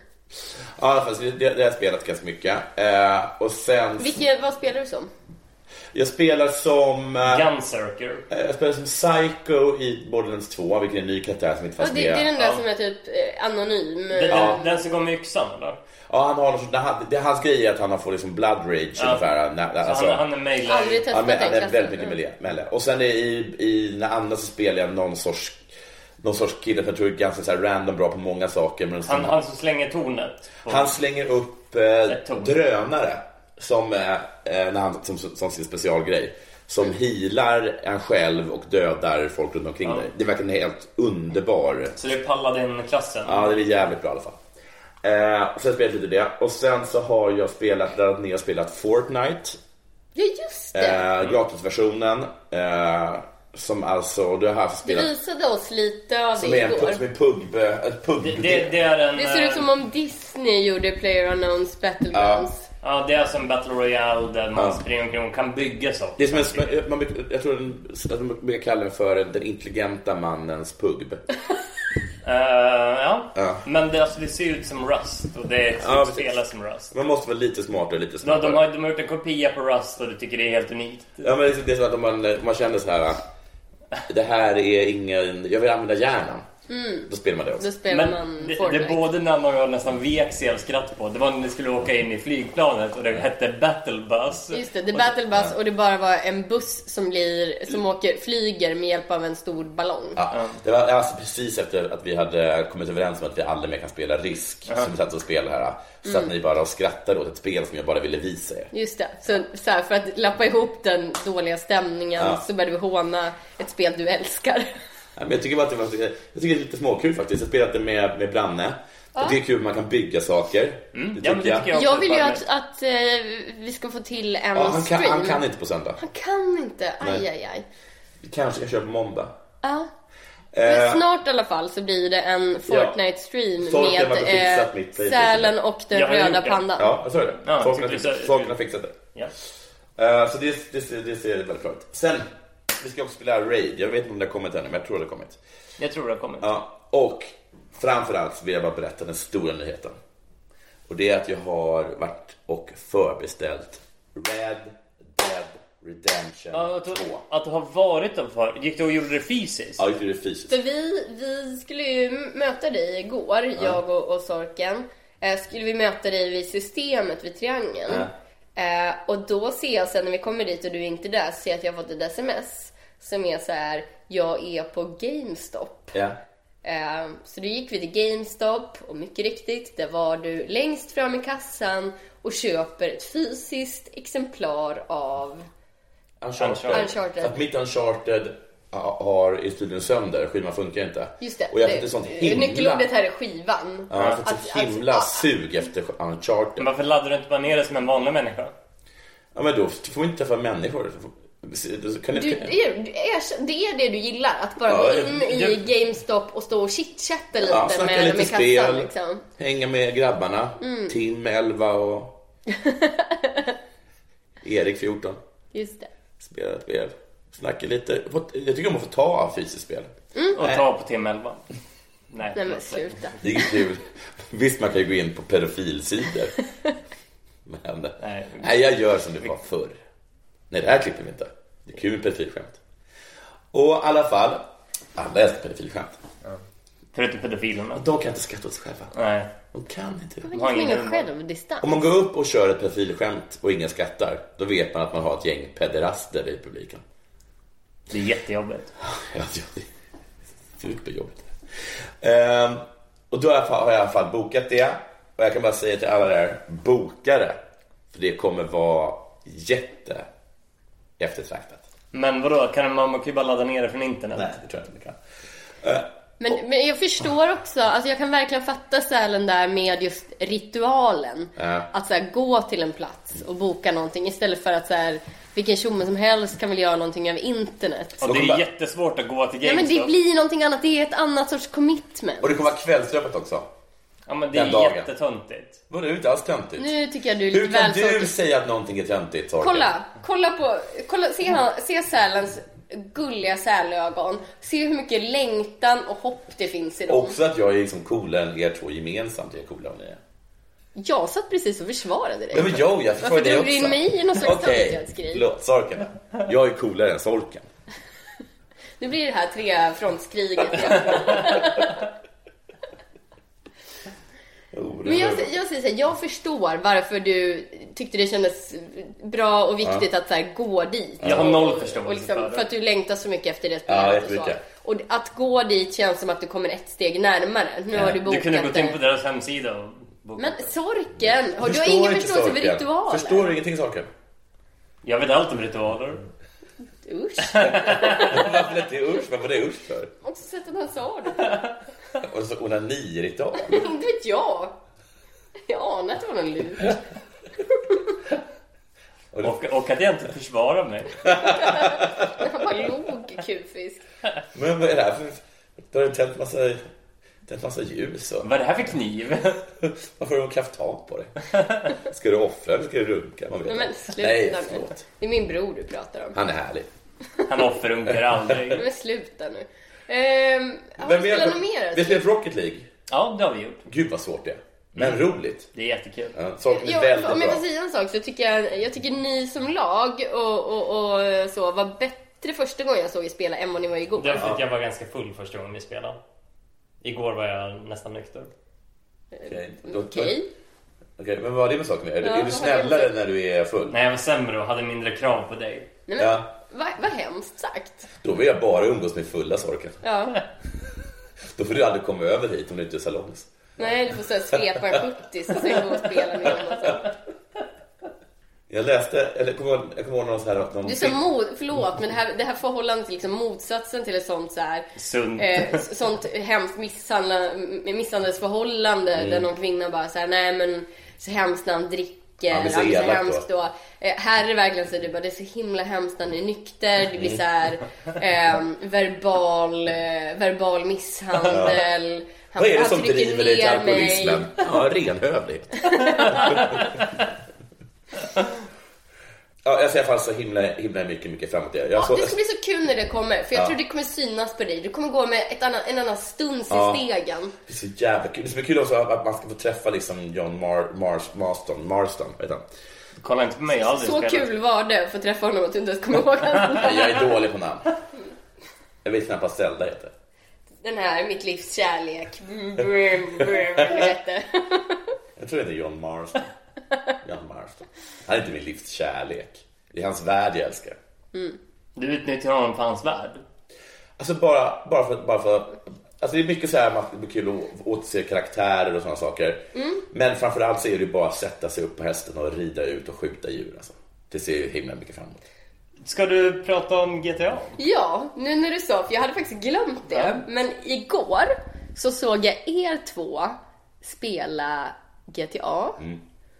Speaker 1: Ja, fast det, det har jag spelat ganska mycket. Eh, och sen...
Speaker 3: Vilke, vad spelar du som?
Speaker 1: Jag spelar som... eh,
Speaker 2: Gunsurker.
Speaker 1: jag spelar som Psycho i Borderlands 2, vilken är en ny karaktär som inte
Speaker 3: Ja,
Speaker 1: fanns
Speaker 3: det, det
Speaker 1: med.
Speaker 3: är den där som är typ eh, anonym.
Speaker 2: Den,
Speaker 3: Ja.
Speaker 2: den som går med yxan eller? Alltså,
Speaker 1: Ja, han har någon sorts, det, han- det, hans grej är att han har fått liksom blood rage ungefär. När, när, alltså,
Speaker 2: han, han är mejlare.
Speaker 3: Aldrig
Speaker 1: ja, men,
Speaker 3: testat den
Speaker 1: han är
Speaker 3: klassen.
Speaker 1: väldigt mycket miljö, miljö. Och sen i, i när andra så spelar jag någon sorts någon sorts kille som jag tror är ganska så här random bra på många saker. Men sen,
Speaker 2: Han,
Speaker 1: han,
Speaker 2: han som slänger tornet. på-
Speaker 1: slänger upp eh,
Speaker 2: torn.
Speaker 1: drönare som, eh, eh, när han, som, som sin specialgrej. Som healar en själv och dödar folk runt omkring dig. Det verkar en helt underbar
Speaker 2: Så det är Paladin-klassen.
Speaker 1: Ja, det är jävligt bra i alla fall. Eh, så jag spelat lite det. Och sen så har jag spelat, laddat ner och spelat Fortnite.
Speaker 3: Ja, just det.
Speaker 1: Eh,
Speaker 2: Mm.
Speaker 1: Gratisversionen. Eh, som alltså, du har haft
Speaker 3: Du
Speaker 1: spelat.
Speaker 3: visade oss lite av
Speaker 1: Som
Speaker 3: det
Speaker 1: är en
Speaker 3: igår.
Speaker 1: pub, som är pub, eh, ett pub.
Speaker 2: Det, det, det är en... eh,
Speaker 3: Det ser ut som om Disney gjorde PlayerUnknown's Battlegrounds.
Speaker 2: Ja, det är alltså en Battle Royale där man springer omkring och kan bygga saker.
Speaker 1: det är som en, sm- man, brukar- jag tror den, att de brukar kalla den för den intelligenta mannens pub.
Speaker 2: Eh, ja.
Speaker 1: Ja.
Speaker 2: Men det, alltså, det ser ut som Rust och det
Speaker 1: Ja,
Speaker 2: ja,
Speaker 1: precis.
Speaker 2: spelas som Rust.
Speaker 1: Man måste vara lite smartare, lite
Speaker 2: De,
Speaker 1: smartare.
Speaker 2: de, har, de har gjort en kopia på Rust och du tycker det är helt unikt.
Speaker 1: Ja, men liksom, det är som att om man, om man känner så här. eh, Det här är ingen, jag vill använda hjärnan. Då spelar man det också.
Speaker 3: Då spelar
Speaker 2: Men
Speaker 3: man
Speaker 2: det, det
Speaker 3: Fortnite.
Speaker 2: är både namn jag nästan vek sig av skratt på. Det var när ni skulle åka in i flygplanet och det hette Battle Bus.
Speaker 3: Just det, det är Battle Bus och det bara var en buss som, blir, som åker, flyger med hjälp av en stor ballong.
Speaker 1: Mm. Ja. Det var alltså precis efter att vi hade kommit överens om att vi aldrig mer kan spela Risk, som vi satt och spelade här. Så att ni bara skrattade åt ett spel som jag bara ville visa er.
Speaker 3: Just det, så, så här, för att lappa ihop den dåliga stämningen
Speaker 1: Ja.
Speaker 3: så började vi håna ett spel du älskar.
Speaker 1: Ja, Men jag tycker bara att det var, jag tycker det är lite småkul faktiskt. Jag spelade det med, med Branne. Jag tycker det är kul att man kan bygga saker. Det
Speaker 2: Mm. Ja, men det tycker jag också.
Speaker 3: Jag vill ju
Speaker 2: Bara-
Speaker 3: att, att eh, vi ska få till en
Speaker 1: Ja, han, kan,
Speaker 3: stream.
Speaker 1: han kan inte på söndag.
Speaker 3: Han kan inte, aj
Speaker 1: Nej.
Speaker 3: aj aj.
Speaker 1: Vi kanske kan köra på måndag. Eh,
Speaker 3: Ja. Men snart i alla fall så blir det en Fortnite-stream
Speaker 1: Folk har varit och
Speaker 3: med
Speaker 1: fixat mitt
Speaker 3: eh,
Speaker 1: Playstation.
Speaker 3: sälen och den
Speaker 2: Jag har gjort
Speaker 3: röda
Speaker 2: det.
Speaker 3: pandan.
Speaker 1: Ja, jag sa ju det.
Speaker 2: Ja,
Speaker 1: Folk
Speaker 2: så
Speaker 1: har
Speaker 2: det-
Speaker 1: fixat- Folk har fixat det.
Speaker 2: Ja.
Speaker 1: Eh, Så det, det, ser- det ser väldigt bra ut. Sen, vi ska också spela Raid. Jag vet inte om det har kommit ännu, men jag tror det har kommit.
Speaker 2: Jag tror det har kommit.
Speaker 1: Ja, och framförallt så vill jag bara berätta den stora nyheten. Och det är att jag har varit och förbeställt Red Dead Redemption
Speaker 2: Ja, att,
Speaker 1: 2.
Speaker 2: du, att du har varit där för Gick du och gjorde det fysiskt?
Speaker 1: Ja, jag gjorde det fysiskt.
Speaker 3: Så vi, vi skulle ju möta dig igår, jag och, och Sorken. Eh, skulle vi möta dig vid systemet, vid triangeln. Eh, och då ser jag sen när vi kommer dit och du är inte där, så ser jag att jag har fått ett sms. Som är så här, jag är på GameStop.
Speaker 1: Ja.
Speaker 3: Eh, så då gick vi till GameStop och mycket riktigt, där var du längst fram i kassan och köper ett fysiskt exemplar av...
Speaker 1: Uncharted.
Speaker 3: Uncharted.
Speaker 1: Så att mitt Uncharted ha- har är tydligen sönder, skivan funkar inte.
Speaker 3: Just det,
Speaker 1: Och jag
Speaker 3: det-
Speaker 1: har
Speaker 3: eh,
Speaker 1: fått ett sånt himla...
Speaker 3: Nyckelordet här är skivan.
Speaker 1: Ja, jag har fått ett
Speaker 3: Att- att-
Speaker 1: himla
Speaker 3: ah.
Speaker 1: sug efter
Speaker 2: Men
Speaker 1: Uncharted.
Speaker 2: varför laddar du inte bara ner det som en vanlig människa?
Speaker 1: Ja, men då får vi inte träffa människor. Då Kan
Speaker 3: Du,
Speaker 1: inte...
Speaker 3: det, är, du är- det är det du gillar, att bara
Speaker 1: Ja,
Speaker 3: gå in
Speaker 1: jag-
Speaker 3: i GameStop och stå och chitchatta lite
Speaker 1: Ja,
Speaker 3: med
Speaker 1: snacka
Speaker 3: dem i
Speaker 1: lite
Speaker 3: kassan.
Speaker 1: spel,
Speaker 3: Liksom. Mm.
Speaker 1: hänga med grabbarna. Tim 11
Speaker 3: [laughs]
Speaker 1: och Erik 14.
Speaker 3: Just det.
Speaker 1: Spela ett spel. Snacka lite. Jag tycker om att få ta av fysiskt spel.
Speaker 2: Och ta på timme 11? Nej,
Speaker 3: Nej men
Speaker 2: förlåt.
Speaker 3: sluta.
Speaker 1: Det är ju kul. Visst, man kan ju gå in på pedofilsidor. Men
Speaker 2: Nej.
Speaker 1: nej. jag gör som det var förr. Nej, det här klipper vi inte. Det är kul med pedofilskämt. Och i alla fall, alla älskar pedofilskämt.
Speaker 2: Förutom pedofilerna.
Speaker 1: De kan inte skratta åt sig själva.
Speaker 2: Nej.
Speaker 1: De kan inte det.
Speaker 3: [laughs] Men
Speaker 2: har
Speaker 3: liksom
Speaker 2: ingen
Speaker 3: ingen
Speaker 2: humor.
Speaker 3: självdistans.
Speaker 1: Om man går upp och kör ett pedofilskämt och ingen skrattar, då vet man att man har ett gäng pederaster i publiken. [laughs]
Speaker 2: Det är jättejobbigt.
Speaker 1: Ja, det är superjobbigt. Ehm, och då har jag har jag i alla fall bokat det. Och jag kan bara säga till alla där, boka det. För det kommer vara jätte eftertraktat.
Speaker 2: Men vadå, kan man, man kan ju bara ladda ner det från internet.
Speaker 1: Nej, det tror jag inte det kan.
Speaker 3: Men, men jag förstår också, alltså jag kan verkligen fatta sälen där med just ritualen.
Speaker 1: Ja.
Speaker 3: Att så här, gå till en plats och boka någonting istället för att så här, vilken tjomme som helst kan väl göra någonting över internet.
Speaker 2: Och det är
Speaker 1: kommer-
Speaker 2: jättesvårt att gå till
Speaker 3: Nej men
Speaker 2: GameStop.
Speaker 3: det blir någonting annat, det är ett annat sorts commitment.
Speaker 1: Och det kommer vara kvällsöppet också.
Speaker 2: ja, men det är
Speaker 1: den dagen.
Speaker 2: jättetöntigt.
Speaker 1: Var det är inte alls töntigt?
Speaker 3: Nu tycker jag du är lite
Speaker 1: Hur kan
Speaker 3: väl
Speaker 1: du
Speaker 3: sorkig.
Speaker 1: säga att någonting är töntigt, Torkel?
Speaker 3: Kolla, kolla på, kolla, se, han- se sälens gulliga sälögon. Se hur mycket längtan och hopp det finns i dem.
Speaker 1: Också att jag är liksom coolare än er två gemensamt. Jag är coolare än ni är.
Speaker 3: Jag satt precis och försvarade dig.
Speaker 1: Ja, men jag, jag
Speaker 3: Varför
Speaker 1: försvarar dig
Speaker 3: drog
Speaker 1: också.
Speaker 3: du in mig i någon slags
Speaker 1: Okej,
Speaker 3: töntighetsgrej?
Speaker 1: förlåt, Sorken. Jag är coolare än Sorken.
Speaker 3: Nu blir det här
Speaker 1: [laughs]
Speaker 3: trefrontskriget.
Speaker 1: Oh,
Speaker 3: Men jag, jag säger så här, jag förstår varför du tyckte det kändes bra och viktigt att så här, gå dit.
Speaker 2: Jag har noll
Speaker 3: Och,
Speaker 2: förståelse
Speaker 3: och liksom,
Speaker 2: för det.
Speaker 3: för att du längtar så mycket efter det
Speaker 1: Ja,
Speaker 3: spelet. och, så.
Speaker 1: jättemycket.
Speaker 3: och att gå dit känns som att du kommer ett steg närmare. Nu har du bokat
Speaker 2: Du kunde gått in
Speaker 3: det.
Speaker 2: på deras hemsida och bokat
Speaker 3: Men
Speaker 2: det.
Speaker 3: sorken! Har du har
Speaker 1: Förstår
Speaker 3: ingen
Speaker 1: inte
Speaker 3: förståelse för
Speaker 1: Sorken.
Speaker 3: ritualer?
Speaker 1: Förstår du ingenting Sorken?
Speaker 2: Jag vet allt om ritualer.
Speaker 3: Usch!
Speaker 1: Varför lät det usch? Varför det usch för?
Speaker 3: Också sättet han sa det.
Speaker 1: Och så onaniritual.
Speaker 3: [laughs] Inte vet jag. Jag anar att det var någon lur.
Speaker 2: Och, och att jag inte försvarar mig.
Speaker 3: Han bara log, kufisk.
Speaker 1: Men vad är det här för... Då har du tänt massa, tänt massa ljus och...
Speaker 2: Vad är det här för kniv? [laughs]
Speaker 1: Varför har de krafttag på dig? Ska du offra eller ska du runka? Man vet
Speaker 3: Men, men
Speaker 1: inte.
Speaker 3: sluta
Speaker 1: Nej,
Speaker 3: nu.
Speaker 1: förlåt.
Speaker 3: Det är min bror du pratar om.
Speaker 1: Han är härlig.
Speaker 2: Han offerunkar aldrig.
Speaker 3: Men sluta nu. Ehm, har du
Speaker 1: är-
Speaker 3: spelat något mer?
Speaker 1: Vi spelar Rocket League.
Speaker 2: Ja, det har vi gjort.
Speaker 1: Gud vad svårt det är. Men roligt.
Speaker 2: Det är jättekul.
Speaker 1: Ja, Sorken är
Speaker 3: Ja,
Speaker 1: väldigt
Speaker 3: om jag
Speaker 1: bra.
Speaker 3: får säga en sak så tycker jag, jag tycker ni som lag och, och, och så var bättre första gången jag såg er spela än vad ni var igår.
Speaker 2: Därför att jag var ganska full första gången vi spelade. Igår var jag nästan nykter.
Speaker 1: Okej.
Speaker 3: Okej?
Speaker 1: Okej, men vad har det med saken att göra?
Speaker 3: Ja,
Speaker 1: Är, är du
Speaker 3: vad har
Speaker 1: snällare
Speaker 3: det-
Speaker 1: när du är full?
Speaker 2: Nej, jag var sämre och hade mindre krav på dig.
Speaker 3: Nej, men,
Speaker 1: Ja,
Speaker 3: vad, vad hemskt sagt.
Speaker 1: då vill jag bara umgås med fulla sorken.
Speaker 3: Ja.
Speaker 1: Då får du aldrig komma över hit om du inte är salongs.
Speaker 3: Nej, du får så här svepa en 70 så sen gå och spela med dem och så.
Speaker 1: Jag läste, eller kommer ihåg- jag kommer ihåg någon så här att någon...
Speaker 3: Du är så mot, förlåt, men det här, det här förhållandet är liksom motsatsen till ett sånt så här,
Speaker 2: Sunt.
Speaker 3: eh, s- sånt hemskt
Speaker 1: Mm.
Speaker 3: misshandla, m- misshandelsförhållande där någon kvinna bara så här, nej men så hemskt när han dricker dricker.
Speaker 1: Ja, det är så
Speaker 3: han blir så
Speaker 1: elakt
Speaker 3: hemskt
Speaker 1: då.
Speaker 3: då. Eh, Här är det verkligen så du bara, det är så himla hemskt när han är nykter. Det blir så här ehm, verbal, eh, verbal misshandel. Han,
Speaker 1: Vad är det
Speaker 3: han
Speaker 1: som
Speaker 3: trycker
Speaker 1: driver dig till
Speaker 3: ner mig.
Speaker 1: alkoholismen? Ja, renhövlighet. ja, jag ser i alla fall så himla, himla mycket, mycket fram emot det. Jag
Speaker 3: Ja,
Speaker 1: såg-
Speaker 3: det ska bli så kul när det kommer, för jag tror det kommer synas på dig. Du kommer gå med ett annan, en annan stuns
Speaker 1: Ja.
Speaker 3: i stegen.
Speaker 1: Det är så jävla kul. Det ska bli kul också att man ska få träffa liksom John Mar Mars Marston, Marston, vet han?
Speaker 2: Kolla inte på mig, jag har aldrig
Speaker 3: Så
Speaker 2: spelat.
Speaker 3: kul var det att få träffa honom att du inte ens kommer ihåg
Speaker 1: [laughs]
Speaker 3: hans
Speaker 1: Nej, Jag
Speaker 3: namn.
Speaker 1: är dålig på namn. Jag vet knappt vad Zelda heter.
Speaker 3: Den här Mitt livs kärlek. Mm, brum, brum, vad det hette.
Speaker 1: Jag tror det heter John Marston. John Marston. Han är inte min livs kärlek. Det är hans värld jag älskar.
Speaker 2: Du utnyttjar honom för hans värld.
Speaker 1: Alltså bara, bara för... Bara för alltså det är mycket så här att det blir kul att återse karaktärer och sådana saker.
Speaker 3: Mm.
Speaker 1: Men framförallt så är det ju bara att sätta sig upp på hästen och rida ut och skjuta djur. Alltså. Det ser ju himla mycket fram emot.
Speaker 2: Ska du prata om GTA?
Speaker 3: [laughs] Ja, nu när du sa, för jag hade faktiskt glömt det.
Speaker 2: Ja.
Speaker 3: Men igår så såg jag er två spela GTA.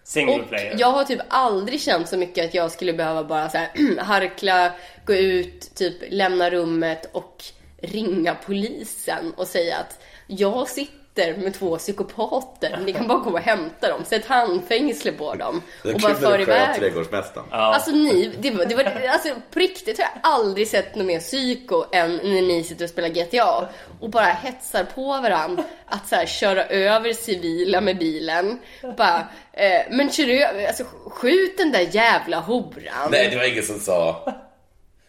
Speaker 2: Single
Speaker 3: Och
Speaker 2: player?
Speaker 3: jag har typ aldrig känt så mycket att jag skulle behöva bara så här, [clears throat] harkla, gå ut, typ lämna rummet och ringa polisen och säga att jag sitter med två psykopater, ni kan bara komma och hämta dem, sätt handfängsle på dem
Speaker 1: Det
Speaker 3: och
Speaker 1: är
Speaker 3: bara
Speaker 1: kul när
Speaker 3: för
Speaker 1: du sköt
Speaker 3: iväg.
Speaker 1: trädgårdsmästaren.
Speaker 3: Alltså ni, det var, det var, alltså på riktigt har jag aldrig sett något mer psyko än när ni sitter och spelar GTA och bara hetsar på varandra att så här, köra över civila med bilen. Bara, eh, men kör över, alltså skjut den där jävla horan.
Speaker 1: Nej, det var ingen som sa...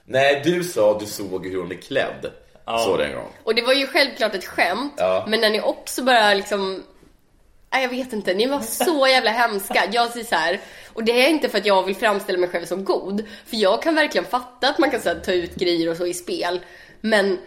Speaker 1: Nej, du sa att du såg hur hon är klädd. Så det en gång.
Speaker 3: Och det var ju självklart ett skämt,
Speaker 1: Ja.
Speaker 3: men när ni också började liksom Nej, jag vet
Speaker 1: [laughs]
Speaker 3: inte, ni var så jävla hemska. Jag säger så här, och det är inte för att jag vill framställa mig själv som god, för jag kan verkligen fatta att man kan så här, ta ut grejer och så i spel, men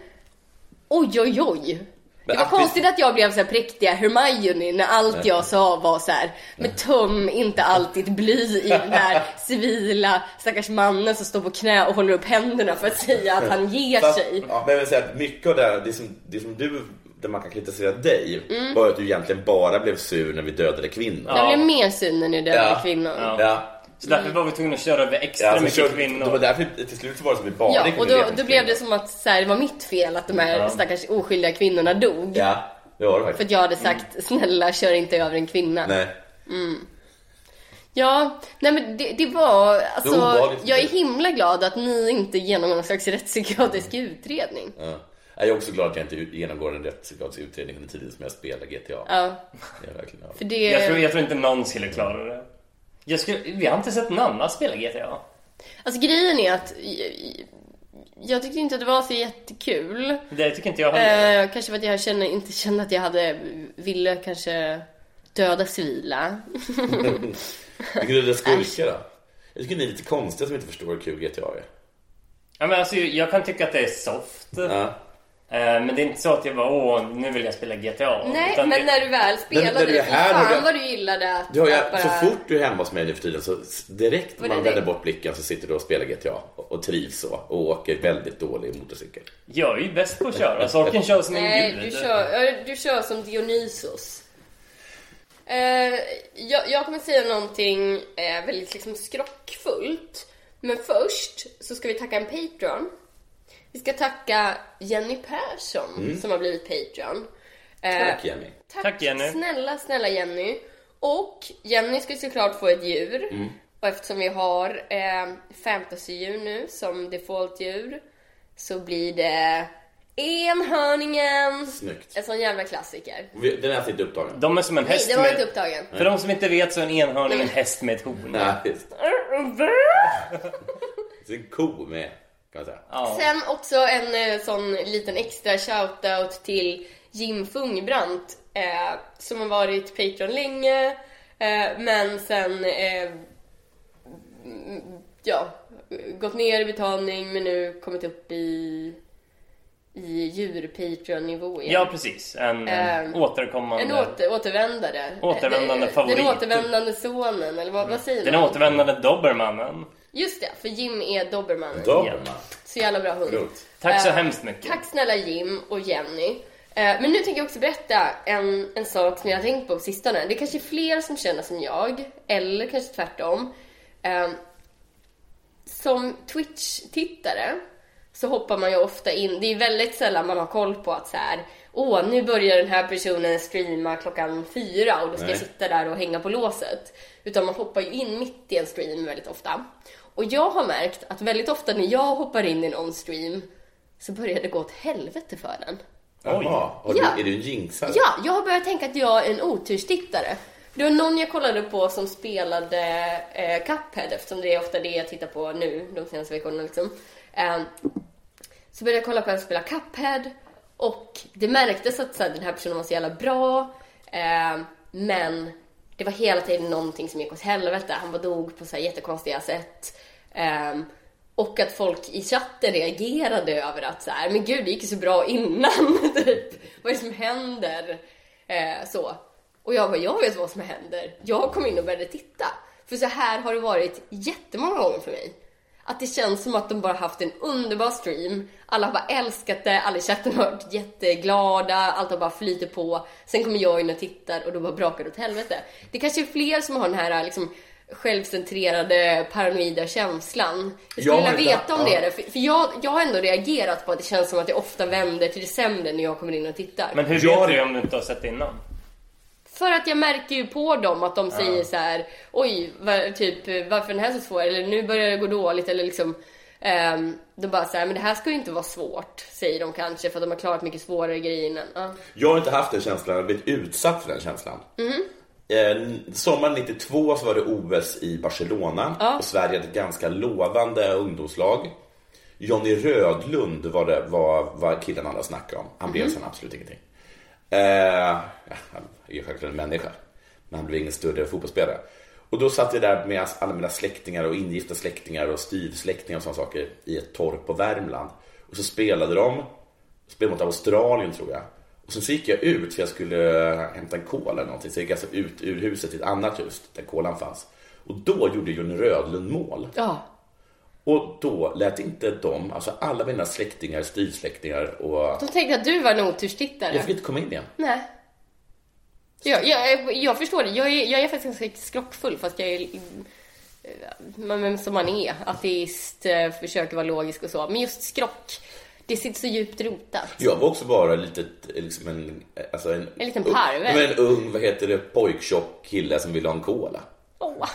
Speaker 3: oj, oj, oj. Det
Speaker 1: Men
Speaker 3: var
Speaker 1: att vi-
Speaker 3: konstigt att jag blev så här präktiga Hermione när allt jag sa var så här, men töm inte allt ditt bly
Speaker 1: [laughs]
Speaker 3: i den där civila stackars mannen som står på knä och håller upp händerna för att säga att han ger
Speaker 1: Fast,
Speaker 3: sig.
Speaker 1: ja, men jag vill säga att mycket av det, här, det, som, det som du, där man kan kritisera dig,
Speaker 3: Mm.
Speaker 1: var att du egentligen bara blev sur när vi dödade kvinnor.
Speaker 3: Jag blev mer sur när ni dödade
Speaker 1: Ja.
Speaker 3: kvinnor. Ja.
Speaker 1: Ja.
Speaker 2: Så därför var vi tvungna att köra över extra
Speaker 1: Ja, alltså,
Speaker 2: mycket
Speaker 1: så-
Speaker 2: kvinnor.
Speaker 1: Det var därför till slut så var det som vi bara kunde leva
Speaker 3: och då,
Speaker 1: med
Speaker 3: då
Speaker 1: kvinnor.
Speaker 3: blev det som att så här, det var mitt fel att de här stackars oskyldiga kvinnorna dog.
Speaker 1: Ja, det var det
Speaker 3: För
Speaker 1: faktiskt.
Speaker 3: att jag hade sagt, snälla kör inte över en kvinna.
Speaker 1: Nej.
Speaker 3: Ja, nej men det, det var, alltså,
Speaker 1: Det var obehagligt.
Speaker 3: jag är himla glad att ni inte genomgår någon slags rättspsykiatrisk utredning.
Speaker 1: Ja. Jag är också glad att jag inte ut- genomgår en rättspsykiatrisk utredning under tiden som jag spelar GTA.
Speaker 3: Ja,
Speaker 1: Jag är verkligen
Speaker 3: för det...
Speaker 2: jag, tror, jag tror inte någon skulle klara det. Jag skulle, vi har inte sett någon annan spela GTA.
Speaker 3: Alltså grejen är att jag, jag tyckte inte att det var så jättekul.
Speaker 2: Det tycker inte jag heller.
Speaker 3: Eh, kanske för att jag känner, inte kände att jag hade, ville kanske
Speaker 1: [laughs]
Speaker 3: döda civila.
Speaker 1: Tycker du det skurkar då? Jag tycker ni är lite konstiga som inte förstår hur kul GTA är.
Speaker 2: Ja, men alltså, jag kan tycka att det är soft.
Speaker 1: Ja.
Speaker 2: Eh, Men det är inte så att jag bara åh, nu vill jag spela GTA.
Speaker 3: Nej,
Speaker 2: Utan
Speaker 3: men
Speaker 2: det-
Speaker 3: när du
Speaker 1: när
Speaker 3: väl spelade,
Speaker 1: du är
Speaker 3: fy
Speaker 1: här har
Speaker 3: fan
Speaker 1: du-
Speaker 3: vad du gillade att,
Speaker 1: Du har ju,
Speaker 3: att bara...
Speaker 1: Så fort du är hemma hos mig nu för tiden så s- direkt
Speaker 3: Vad
Speaker 1: man
Speaker 3: är det?
Speaker 1: vänder bort blicken så sitter du och spelar GTA och, och trivs så och åker väldigt dålig motorcykel.
Speaker 3: Äh.
Speaker 2: Jag är ju bäst på
Speaker 1: [laughs]
Speaker 2: att köra. Sorken kör som en
Speaker 3: Nej,
Speaker 2: gud.
Speaker 3: du kör, ja, du kör som Dionysos. Eh, jag, jag kommer säga någonting eh, väldigt liksom skrockfullt. Men först så ska vi tacka en Patreon. Vi ska tacka Jenny Persson som har blivit Patreon. Eh,
Speaker 1: Mm. Tack Jenny.
Speaker 3: Tack,
Speaker 2: Tack, Jenny.
Speaker 3: snälla, snälla Jenny. Och Jenny ska ju såklart få ett djur.
Speaker 2: Mm.
Speaker 3: Och eftersom vi har eh, fantasydjur nu som defaultdjur så blir det enhörningen.
Speaker 1: Snyggt.
Speaker 3: En sån jävla klassiker.
Speaker 1: Vi- Den är alltså inte upptagen.
Speaker 2: De är som en
Speaker 3: Nej,
Speaker 2: häst
Speaker 3: det var
Speaker 2: med...
Speaker 3: inte upptagen.
Speaker 2: För de som inte vet så är en enhörning en häst med ett horn.
Speaker 1: Nej, just. det är en ko med kan man säga.
Speaker 3: Sen också en eh, sån liten extra shoutout till Jim Fungbrandt eh, som har varit Patreon länge eh, men sen eh, mm, ja, gått ner i betalning men nu kommit upp i, i djur-Patreon-nivå igen.
Speaker 2: Ja, precis. En, en
Speaker 3: Ehm,
Speaker 2: återkommande...
Speaker 3: en åter, återvändare.
Speaker 2: Återvändande
Speaker 3: Eh,
Speaker 2: favorit.
Speaker 3: Den återvändande sonen, eller vad, vad säger
Speaker 2: Den
Speaker 3: man?
Speaker 2: återvändande dobermannen.
Speaker 3: Just det, för Jim är doberman.
Speaker 1: Dobermann.
Speaker 3: Så jävla bra hund.
Speaker 1: Grovt.
Speaker 2: Tack så
Speaker 3: Eh,
Speaker 2: hemskt mycket.
Speaker 3: Tack snälla Jim och Jenny. Eh, Eh, Men nu tänker jag också berätta en, en sak som jag har tänkt på på sistone. Det kanske är fler som känner som jag, eller kanske tvärtom. Eh, Som Twitch-tittare så hoppar man ju ofta in, det är väldigt sällan man har koll på att så här, åh nu börjar den här personen streama klockan fyra och då ska jag sitta där och hänga på låset. Utan man hoppar ju in mitt i en stream väldigt ofta. Och jag har märkt att väldigt ofta när jag hoppar in i någon stream så börjar det gå åt helvete för den.
Speaker 1: Jaha, och du,
Speaker 3: Ja.
Speaker 1: är du en jinxare?
Speaker 3: Ja, jag har börjat tänka att jag är en oturstittare. Det var någon jag kollade på som spelade eh, Cuphead eftersom det är ofta det jag tittar på nu de senaste veckorna. Liksom. Eh, så började jag kolla på henne spela Cuphead och det märktes att så här, den här personen var så jävla bra eh, men det var hela tiden någonting som gick åt helvete. Han bara dog på så här jättekonstiga sätt. Eh, och att folk i chatten reagerade över att så här, men gud det gick ju så bra innan. [laughs] typ. Vad är det som händer? Eh, så. Och jag bara, jag vet vad som händer. Jag kom in och började titta. För så här har det varit jättemånga gånger för mig. Att det känns som att de bara haft en underbar stream. Alla har bara älskat det, alla i chatten har varit jätteglada, allt har bara flyter på. Sen kommer jag in och tittar och då bara brakar det åt helvete. Det kanske är fler som har den här liksom, självcentrerade, paranoida känslan. Jag skulle
Speaker 1: Jag har
Speaker 3: vilja
Speaker 1: inte-
Speaker 3: veta om
Speaker 1: ja.
Speaker 3: det är det, för, för jag, jag har ändå reagerat på att det känns som att det ofta vänder till det sämre när jag kommer in och tittar.
Speaker 2: Men hur
Speaker 1: Jag-
Speaker 2: vet du om du inte har sett det innan?
Speaker 3: För att jag märker ju på dem att de säger så här: oj, va, typ eh, varför är den här så svår? Eller nu börjar det gå dåligt eller liksom. ehm, de bara såhär, men det här ska ju inte vara svårt, säger de kanske för att de har klarat mycket svårare grejer innan. Ja.
Speaker 1: Jag har inte haft den känslan, jag har blivit utsatt för den känslan. Eh, sommaren 92 så var det OS i Barcelona och Sverige hade ett ganska lovande ungdomslag. Johnny Rödlund var, det, var, var killen alla snackade om. Han
Speaker 3: Mhm.
Speaker 1: blev sen absolut ingenting. Eh, ja, han är ju självklart en människa, men han blev ingen större fotbollsspelare. Och då satt jag där med alla mina släktingar och ingifta släktingar och styvsläktingar och sådana saker i ett torp på Värmland. Och så spelade de, spelade mot Australien tror jag. Och sen så gick jag ut för jag skulle eh, hämta en kola eller någonting. Så jag gick alltså ut ur huset till ett annat hus där kolan fanns. Och då gjorde Johnny Rödlund mål.
Speaker 3: ja.
Speaker 1: Och då lät inte de, alltså alla mina släktingar, styvsläktingar och...
Speaker 3: De tänkte att du var en oturstittare.
Speaker 1: Jag fick inte komma in igen.
Speaker 3: Nej. Ja, jag, jag förstår det. Jag är, jag är faktiskt ganska skrockfull fast jag är... Men men som man är, ateist, eh, försöker vara logisk och så. Men just skrock, det sitter så djupt rotat.
Speaker 1: Jag var också bara lite, liksom en... Alltså en,
Speaker 3: En liten parvel.
Speaker 1: Men en ung, vad heter det, pojktjock kille som ville ha en cola.
Speaker 3: Åh.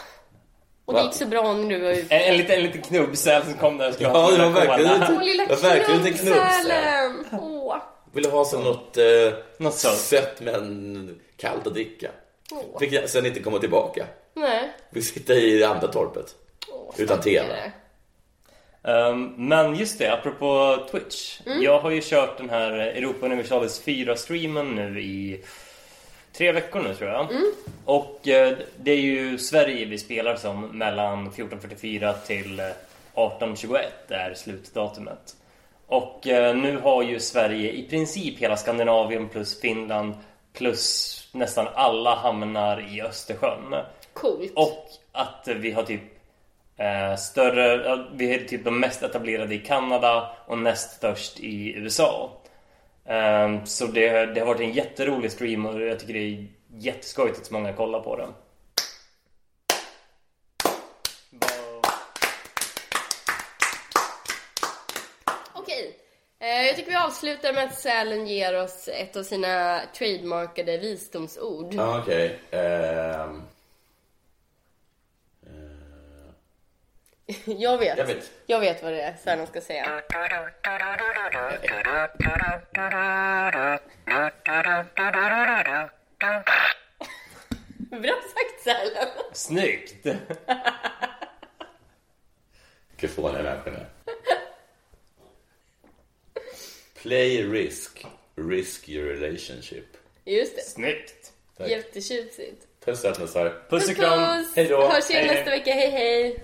Speaker 3: Och det gick så bra när du var ute.
Speaker 2: En, en, liten, en liten knubbsäl som kom där och skulle
Speaker 1: Ja, det var
Speaker 2: sina cola.
Speaker 1: verkligen inte-
Speaker 3: Åh, lilla
Speaker 1: Jag verkligen inte
Speaker 3: knubbsälen! Åh.
Speaker 1: Ville ha så något, eh,
Speaker 2: Något sött.
Speaker 1: sött men kallt att dricka.
Speaker 3: Åh.
Speaker 1: Fick jag sen inte komma tillbaka.
Speaker 3: Nej.
Speaker 1: Fick sitta i det andra torpet.
Speaker 3: Åh,
Speaker 1: Utan
Speaker 3: stackare.
Speaker 1: TV.
Speaker 2: Ehm, men just det, apropå Twitch. Jag har ju kört den här Europa Universalis 4-streamen nu i tre veckor nu tror jag. Och eh, det är ju Sverige vi spelar som mellan 14.44 till eh, 18.21 är slutdatumet. Och eh, nu har ju Sverige i princip hela Skandinavien plus Finland plus nästan alla hamnar i Östersjön.
Speaker 3: Coolt.
Speaker 2: Och att vi har typ eh, större, ja, vi är typ de mest etablerade i Kanada och näst störst i USA. Ehm, så det, det har varit en jätterolig stream och jag tycker det är jätteskojigt att så många kollar på den. Vad-
Speaker 3: Okej. Eh, Jag tycker vi avslutar med att Sälen ger oss ett av sina trademarkade visdomsord.
Speaker 1: Ja, okej. Ehm,
Speaker 3: Jag vet.
Speaker 1: Jag vet.
Speaker 3: Jag vet vad det är Sälen ska säga. Bra sagt Sälen!
Speaker 2: Snyggt!
Speaker 1: Vilka fåniga människor ni är. Play risk. Risk your relationship.
Speaker 3: Just det.
Speaker 2: [laughs] Snyggt!
Speaker 1: Tack.
Speaker 3: Jättetjusigt.
Speaker 1: Puss sötnissar.
Speaker 2: Puss och kram!
Speaker 3: Puss!
Speaker 1: Hej då.
Speaker 3: Hörs igen
Speaker 1: Hej, hej.
Speaker 3: nästa vecka. Hej hej!